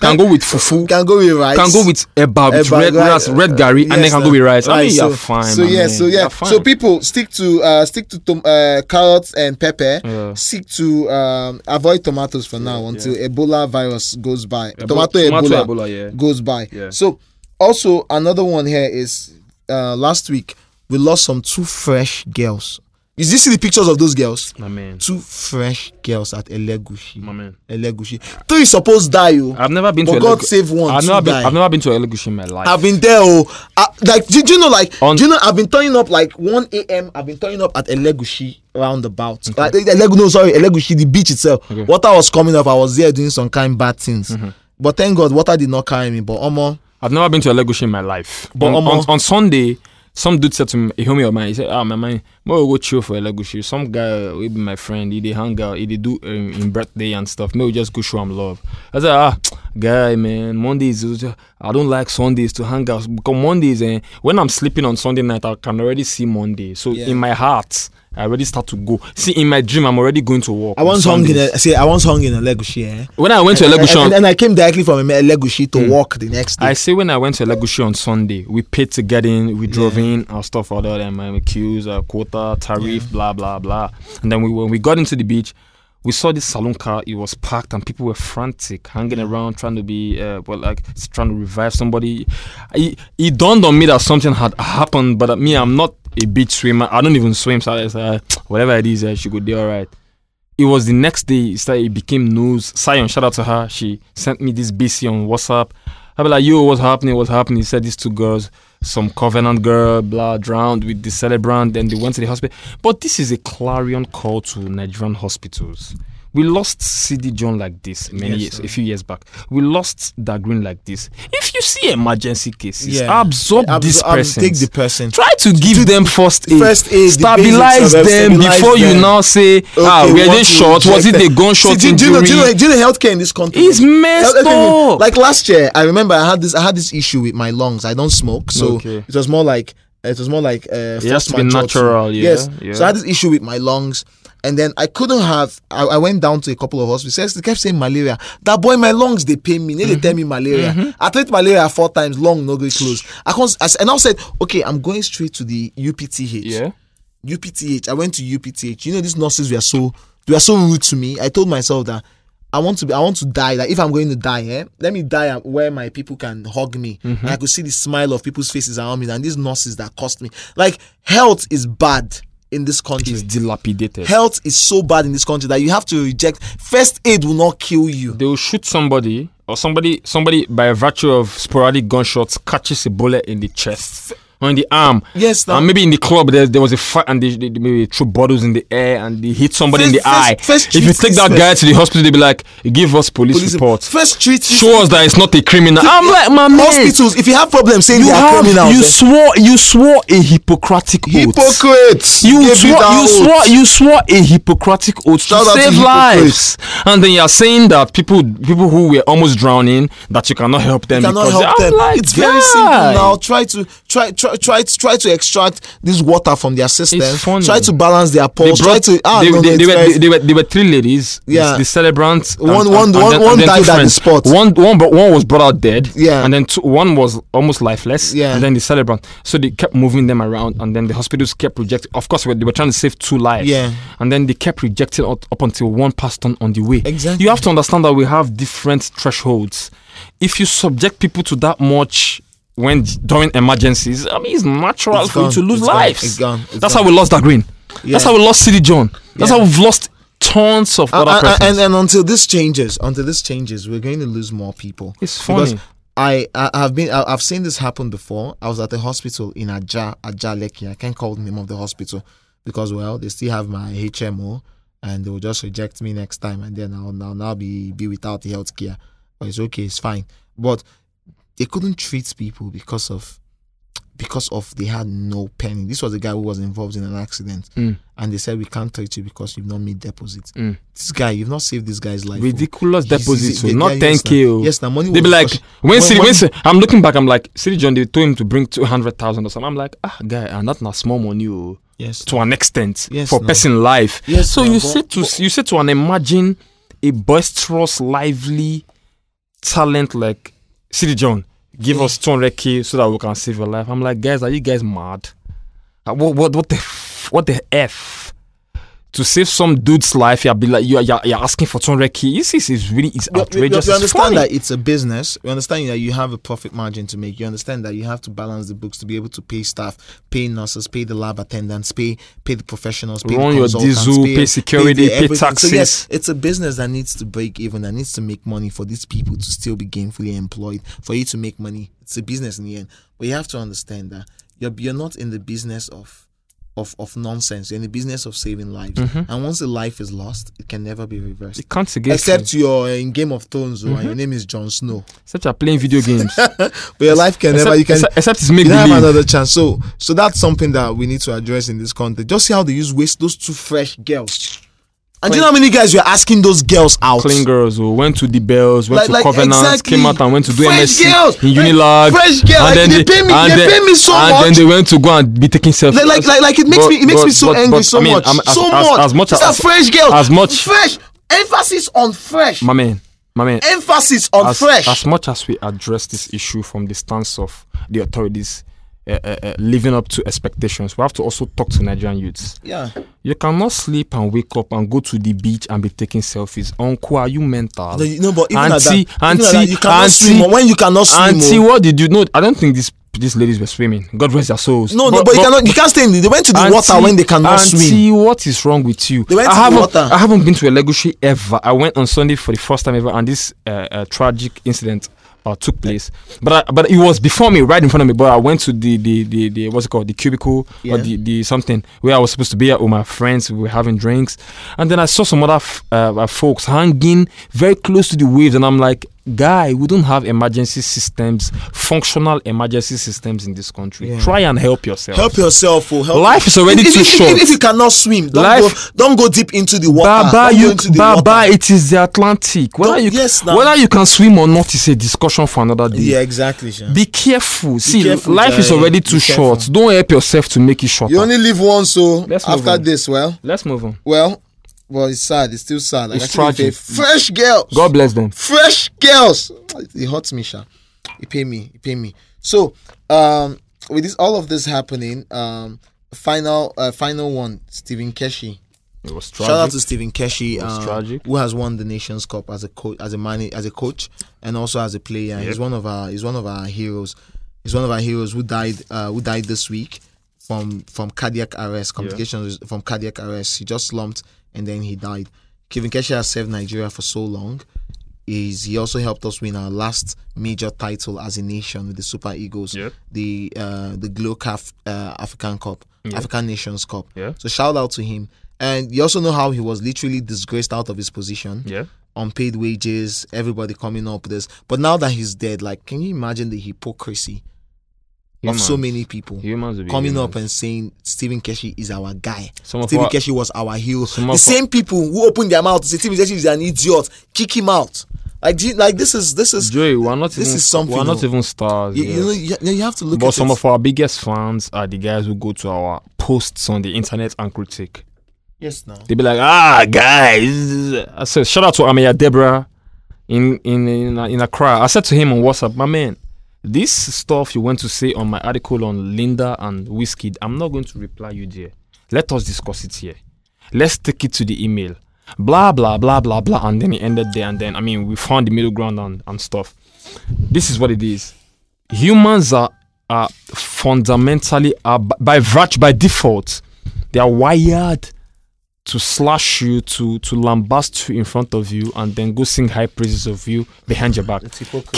can go with fufu,
can go with rice.
can go with eba, with
Eba,
red
right,
rice, red gari, and then
yes,
can
uh,
go with rice. I mean,
right,
you're
so-
fine.
So
my
yeah,
man.
so yeah,
You're fine.
so people stick to uh, stick to tom- uh, carrots and pepper.
Yeah.
Stick to um, avoid tomatoes for now until Ebola virus goes by. tomato, Ebola,
yeah.
goes by.
Yeah.
So also another one here is uh, last week we lost some two fresh girls. You see see the pictures of those girls?
My man,
Two fresh girls at Elegushi.
my man.
Elegushi. Three supposed die. oh.
I've never been
But
to.
God
Elegu-
save one.
I've
two
never been.
die.
I've never been to Elegushi in my life.
I've been there, oh, I, like do, do you know, like
On-
do you know, I've been turning up like 1 a.m. I've been turning up at Elegushi roundabout. Like Elegu, no, sorry, Elegushi, the beach itself. Water was coming up. I was there doing some kind bad things,
Mm-hmm.
but thank God, water did not carry me. But Omo,
I've never been to a Lagos in my life.
But
on,
Omo-
on, on Sunday, some dude said to me, a homie of mine, he said, "Ah, my man, more go chill for a Lagos. Some guy, he be my friend, he they hang out, he they do um, in birthday and stuff. Maybe we just go show him love." I said, "Ah, guy, man, Mondays, is just- I don't like Sundays to hang out because Mondays, and when I'm sleeping on Sunday night, I can already see Monday. So
Yeah.
in my heart, I already start to go. See, in my dream, I'm already going to work.
I
on
once hung in.
Sundays.
A, see, I once hung in Elegushi, eh?
When I went to Hmm. a
and,
Lagos,
and, and I came directly from Elegushi to walk the next day.
I say when I went to Elegushi on Sunday, we paid to get in, we drove in, our stuff all that, and my queues, our quota, tariff, blah blah blah. And then we when we got into the beach, we saw this saloon car. It was packed, and people were frantic, hanging around, trying to be, uh, well, like s- trying to revive somebody. It, it dawned on me that something had happened, but uh, me, I'm not a beach swimmer. I don't even swim, so I was like, whatever it is, uh, she could do all right it was the next day it started, it became news. Sion, shout out to her. She sent me this BC on WhatsApp. I be like, yo, what's happening? What's happening? He said these two girls, some covenant girl, blah, drowned with the celebrant, then they went to the hospital. But this is a clarion call to Nigerian hospitals. We lost CD John like this many
Yes,
years,
sir.
a few years back. We lost Dagreen like this. If you see emergency cases,
Yeah.
absorb,
Abs-
this
abs-
person.
Take the person.
Try to give them first aid.
First aid, the
Stabilize
basics of it,
them
stabilize
before you
them.
now say, ah,
Okay,
were
what
they
to
shot? Was it
inject
a
them.
gunshot
See, do, do you know, do, you know,
injury?
do you know healthcare in this country?
It's messed
Healthcare-
up.
Like last year, I remember I had this. I had this issue with my lungs. I don't smoke, so
Okay.
it was more like it was more like. Uh,
It has to be
force majeure too.
natural, yeah,
Yes.
yeah.
So I had this issue with my lungs, and then I couldn't have. I, I went down to a couple of hospitals. They kept saying malaria. That boy, my lungs they pain me. Now They tell me
Mm-hmm.
malaria. I treat malaria four times. Lung no go close. I can't. I s- and I said, okay, I'm going straight to the UPTH.
Yeah.
UPTH. I went to UPTH. You know, these nurses were so they were so rude to me. I told myself that I want to be, I want to die. Like if I'm going to die, eh, let me die at where my people can hug me.
Mm-hmm.
And I could see the smile of people's faces around me and these nurses that cost me. Like health is bad in this country.
It's dilapidated.
health is so bad in this country that you have to reject. First aid will not kill you.
They will shoot somebody, or somebody, somebody by virtue of sporadic gunshots catches a bullet in the chest or in the arm.
Yes, now-
and maybe in the club there, there was a fight and they, they, they maybe threw bottles in the air and they hit somebody in the
First-
eye.
first- first
if you
treat
take
is
that
first.
guy to the hospital, they'll be like, "Give us police,
Police-
reports.
First treat is-
Show us that it's not a criminal." I'm like, "My man,
hospitals. If you have problems saying
you
they are
have
criminals,
you
eh,
swore you swore a Hippocratic oath.
hypocrites.
You
Give
swore,
that
you
oath.
swore you swore a Hippocratic oath
Shout out
to
to
save
hypocrites.
lives, and then you are saying that people people who were almost drowning that you cannot help them
cannot
because
help
they,
them.
I'm like,
it's very
guy.
simple now. Try to try try try, try to try to extract this water from their system.
funny.
Try to balance their
They
pulse.
brought-
try to ah
they,
no, no,
they- they
it's
were,
very-
they, they were, they were three ladies. the-
Yeah.
The, celebrants. and-
One-
and-
one-
and
one-
then-
one
and then
died
two
at the
friends.
spot.
One, one, bro- one was brought out dead.
Yeah.
And then two, one was almost lifeless.
Yeah.
And then the celebrant. So they kept moving them around, and then the hospitals kept rejecting. Of course, we- they were trying to save two lives.
Yeah.
And then they kept rejecting up, up until one passed on on the way.
Exactly.
You have to understand that we have different thresholds. If you subject people to that much. When during emergencies, I mean, it's natural
It's
for
gone.
you to lose
It's gone.
lives.
It's gone. It's
That's
gone.
how we lost that green. That's
Yeah.
how we lost City John. That's
Yeah.
how we've lost tons of
and,
other
and-
persons.
Uh, and and until this changes, until this changes, we're going to lose more people.
It's
Because
funny.
I, I have been I, I've seen this happen before. I was at the hospital in Aja Aja Lekki. I can't call the name of the hospital because well they still have my HMO and they will just reject me next time and then I'll now now be be without the health care. But it's okay, it's fine. But they couldn't treat people because of because of they had no penny. This was a guy who was involved in an accident
Mm.
and they said we can't treat you because you've not made deposits. This guy, you've not saved this guy's life. oh.
Ridiculous
He's-
deposits,
he's-
oh, not
yeah,
10K,
Yes,
oh.
na- yes, na, money
They'd
was-
be like, when, City, when,
when-
City, I'm looking back, I'm like, City John, they told him to bring 200,000 or something. I'm like, ah, guy, and that's not small money oh,
Yes.
to an extent
Yes,
for
no.
person life.
Yes,
so
no,
you
but-
say to you say to an imagine a boisterous, lively talent like City John, give us 200k so that we can save your life. I'm like, guys, are you guys mad? Uh, What what what the f- what the f? To save some dude's life, you're be like you're, you're, you're asking for 200k. This is is really is
You- you- you-
outrageous.
You
it's
understand
funny.
that it's a business. You understand that you have a profit margin to make. You understand that you have to balance the books to be able to pay staff, pay nurses, pay the lab attendants, pay pay the professionals, pay
Run
the
your
consultants,
diesel,
pay,
pay security,
the
pay
everything. So yes,
taxes.
it's a business that needs to break even, that needs to make money for these people to still be gainfully employed. For you to make money, it's a business in the end. But you have to understand that you're you're not in the business of of, of nonsense. You're in the business of saving lives.
Mm-hmm.
And once a life is lost, it can never be reversed.
It counts against you.
Except you're in Game of Thrones, oh, and
Mm-hmm.
your name is Jon Snow.
Except you're playing
[LAUGHS]
video games.
But your life can never
except,
you can
except, except it's
you
make
don't have
believe.
another chance. So so that's something that we need to address in this context. Just see how they use waste those two fresh girls. And do you know how many guys you're asking those girls out?
clean girls who went to the bells, went
Like-
to
like,
Covenant,
exactly.
came out and went to do
Fresh
MSc
girls,
in
like,
Unilag.
fresh girl, like, they pay me-
and
they pay me so
and
much.
then they went to go and be taking selfies.
Like, like, like, like it makes
But-
me, it makes me
but-
so
but-
angry
but,
so
I mean,
much,
I'm- as-
so
as-
much.
as much
These are
as-
fresh girls,
as much-
fresh emphasis on fresh,
my man, my man.
emphasis on
As,
fresh.
as much as we address this issue from the stance of the authorities uh, uh, uh, living up to expectations, we have to also talk to Nigerian youths.
yeah,
You cannot sleep and wake up and go to the beach and be taking selfies. Uncle, are you mental?
no, you- no, but even
auntie,
at that, even at
auntie,
that, you cannot
auntie,
swim oh, when you cannot swim.
Auntie,
oh.
what did you know? I don't think these these ladies were swimming. God rest their souls.
No, no, but you cannot. You can't stay in. The, they went to the water when they cannot
auntie,
swim.
what is wrong with you?
They went
I
to the
haven't,
water.
I haven't been to a Legoshi ever. I went on Sunday for the first time ever, and this uh, uh, tragic incident uh, took place. But I, but it was before me, right in front of me. But I went to the the the, the what's it called, the cubicle
Yeah.
or the the something where I was supposed to be at with my friends. We were having drinks, and then I saw some other f- uh, uh, folks hanging very close to the waves, and I'm like. Guy, we don't have emergency systems, functional emergency systems in this country.
Yeah.
Try and help yourself.
Help yourself. Oh, help.
Life is already
if,
too
if,
short.
If, if you cannot swim, don't
Life-
go. Don't go deep into the water.
Baba,
Don't go
you,
into the
Baba,
water.
it is the Atlantic. Whether
Don't-
you,
yes, now.
whether you can swim or not is a discussion for another day.
Yeah, exactly. Sha.
Be careful. See,
careful,
life is
Jai.
already
Be
too
careful.
short. Don't help yourself to make it shorter.
You only live once, so
Let's move oh.
after
on.
this, well,
Let's move on.
well, well, it's sad. It's still sad. Like,
It's
actually,
tragic.
they- Fresh girls.
God bless them.
fresh girls. It hurts me, Sha. It pay me. It pay me. So, um, with this, all of this happening, um, final, uh, final one, Stephen Keshi.
It was tragic.
Shout out to Stephen Keshi,
was
um,
tragic.
who has won the Nations Cup as a coach, as a man, as a coach, and also as a player. He's one of our, he's one of our heroes. He's one of our heroes who died, uh, who died this week from from cardiac arrest, complications from cardiac arrest. He just slumped and then he died. Kevin Keshi has served Nigeria for so long. He's, he also helped us win our last major title as a nation with the Super Eagles,
Yep.
the uh, the GloCaf uh, African Cup, African Nations Cup.
Yeah.
So shout out to him. And you also know how he was literally disgraced out of his position.
Yeah.
Unpaid wages, everybody coming up with this. But now that he's dead, like can you imagine the hypocrisy of so
Humans.
many people
Humans will be
coming
humans.
up and saying Stephen Keshi is our guy.
Some of
Stephen
our-
Keshi was our hero.
Some
The
of
same people who opened their mouth to say Stephen Keshi is an idiot, kick him out. Like, do you, like this is this is
Joey, we're not
This
even,
is something,
We're not
though.
even stars.
you,
yet.
you know you, you have to look
but
at
some
it.
of our biggest fans are the guys who go to our posts on the internet and critique.
yes now.
They be like, ah, guys. I said, shout out to Amaya Debra in in in, uh, in Accra. I said to him on WhatsApp, my man, this stuff you went to say on my article on Linda and Whiskey, I'm not going to reply you there. Let us discuss it here. Let's take it to the email. Blah blah blah blah blah, and then it ended there. And then I mean, we found the middle ground and, and stuff. This is what it is. Humans are are fundamentally are b- by virtue by default, they are wired to slash you, to to lambast you in front of you, and then go sing high praises of you behind your back.
It's hypocrisy.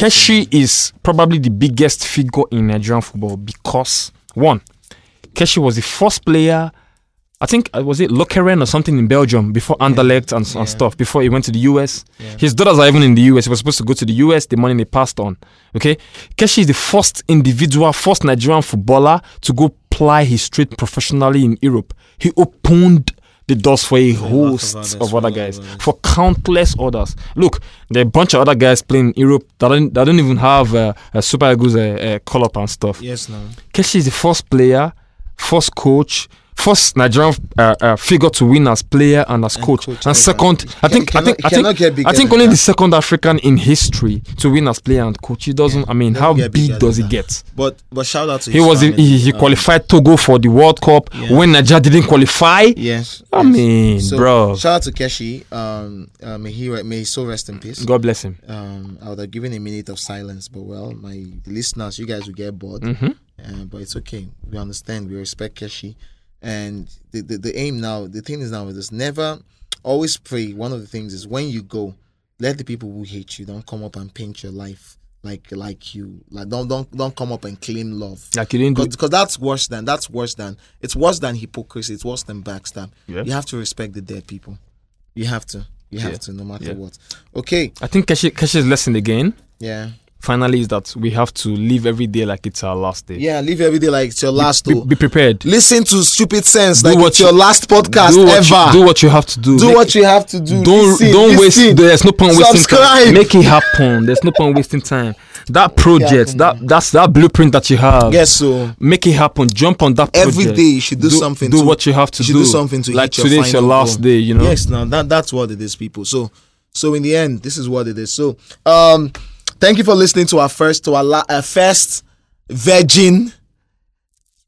Keshi is probably the biggest figure in Nigerian football because one, Keshi was the first player. I think uh, was it Lokeren or something in Belgium before Anderlecht and, and
Yeah.
stuff before he went to the US.
Yeah.
His daughters are even in the US. He was supposed to go to the US. The money they passed on. Okay, Keshi is the first individual, first Nigerian footballer to go ply his trade professionally in Europe. He opened the doors for a host
others,
of
for
other
a lot
guys,
of others.
for countless others. Look, there are a bunch of other guys playing in Europe that don't, that don't even have uh, a Super Eagles uh, uh, call up and stuff.
Yes now.
Keshi is the first player, first coach, first Nigerian uh, uh, figure to win as player and as
And
coach,
coach
and
ever.
second. I
Can-
think I
cannot-
think I
cannot get
think
bigger
I think
than
only
that.
the second African in history to win as player and coach. He doesn't. I mean,
Doesn't
how
get
big
bigger
does
than
it
that.
get?
But but shout out to
He
his
was
family.
he, he
Um,
qualified Togo for the World Cup
Yeah.
when Nigeria didn't qualify.
Uh, Yes.
I
yes.
mean,
So,
bro,
Shout out to Keshi. Um, uh, may he re- may he so rest in peace.
God bless him.
Um, I would have given a minute of silence, but well, my listeners, you guys will get bored.
Mhm.
Uh, but it's okay. We understand. We respect Keshi, and the, the the aim now, the thing is now, is never, always pray. One of the things is when you go, let the people who hate you don't come up and paint your life like like you like don't don't don't come up and claim love
Like you didn't do.
because that's worse than that's worse than it's worse than hypocrisy. It's worse than backstab.
Yeah.
You have to respect the dead people. You have to. You have
Yeah.
to, no matter
Yeah.
what. Okay.
I think Keshi Keshi's lesson again.
Yeah.
Finally, is that we have to live every day like it's our last day.
Yeah. Live every day like it's your last.
Be,
oh.
be prepared.
Listen to stupid sense.
Do
Like
what
it's your
you-
last podcast
do what
ever.
You, do what you have to do.
do
Make-
what you have to do.
don't
Listen,
don't
listen.
waste. There's no point wasting
Subscribe.
time. Make it happen. There's no point wasting time. That project,
happen,
that that's that blueprint that you have.
Yes. oh. So
Make it happen. Jump on that project.
every day you should do, something.
Do
to,
what you have to
should
do.
something to
like
hit your
today's your
final
last
goal.
day. You know.
Yes. Now that that's what it is, people. So so in the end, this is what it is. So um, thank you for listening to our first to our la- uh, first virgin.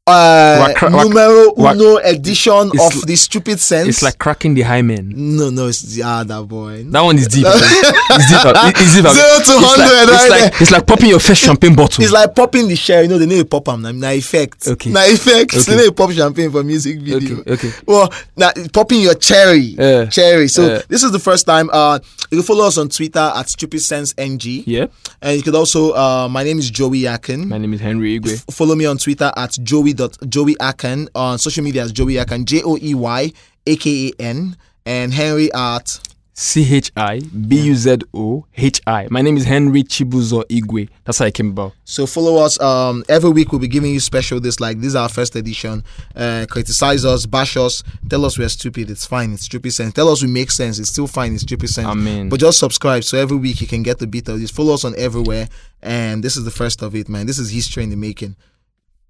Uh,
We're cra- we're-
numero
we're-
uno edition
It's
of the stupid sense.
It's like cracking the high man.
no, no, it's the other boy.
That one is
[LAUGHS]
deep. eh? it's deep. eh? It's deep.
Zero to
it's like,
100
it's,
right
like, it's like popping your first
[LAUGHS]
champagne bottle.
It's like popping the share. You know, they need to pop them. Now effect.
Okay.
Now effect.
Okay.
[LAUGHS] They need to pop champagne for music video.
Okay, okay.
Well, now popping your cherry.
Yeah.
Cherry. So
Yeah.
this is the first time. Uh, you can follow us on Twitter at Stupid Sense NG.
yeah.
And you could also. Uh, my name is Joey Yakin.
My name is Henry Igwe.
Follow me on Twitter at Joey dot Joey Aken on social media as Joey Aken J O E Y A K A N and Henry at
C H I B U Z O H I. My name is Henry Chibuzo Igwe. That's how I came about.
So follow us. Um, every week we'll be giving you special this. Like this is our first edition. Uh, criticize us, bash us, tell us we're stupid. It's fine. It's stupid sense. Tell us we make sense. It's still fine. It's stupid sense.
Amen.
But just subscribe so every week you can get the beat of this. Follow us on everywhere. And this is the first of it, man. This is history in the making.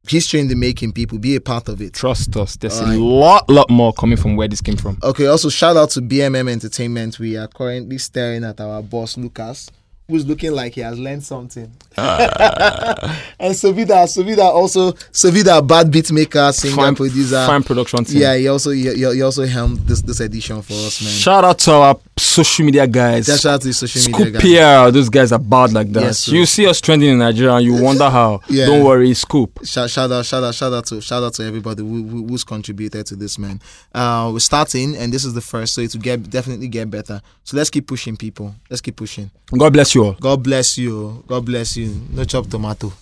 History in the making, people. Be a part of it.
Trust us. There's
Alright.
a lot, lot more coming from where this came from.
Okay. Also, shout out to BMM Entertainment. We are currently staring at our boss Lucas, who's looking like he has learned something.
Ah.
[LAUGHS] and Savida, Savida also Savida, bad beat maker, singer,
Fine,
producer.
fine production team.
uh, Yeah, he also he, he he also helmed this this edition for us, man.
Shout out to our social media guys.
Just shout out to the social media
Scoop
guys.
PR. Those guys are bad like that.
Yes, sir.
you see us trending in Nigeria and you wonder how.
Yeah.
Don't worry, Scoop.
Shout, shout out, shout out, shout out to shout out to everybody who, who, who's contributed to this, man. Uh, we're starting, and this is the first, so it will get definitely get better. So let's keep pushing, people. Let's keep pushing.
God bless you all.
God bless you. God bless you. No chop tomato.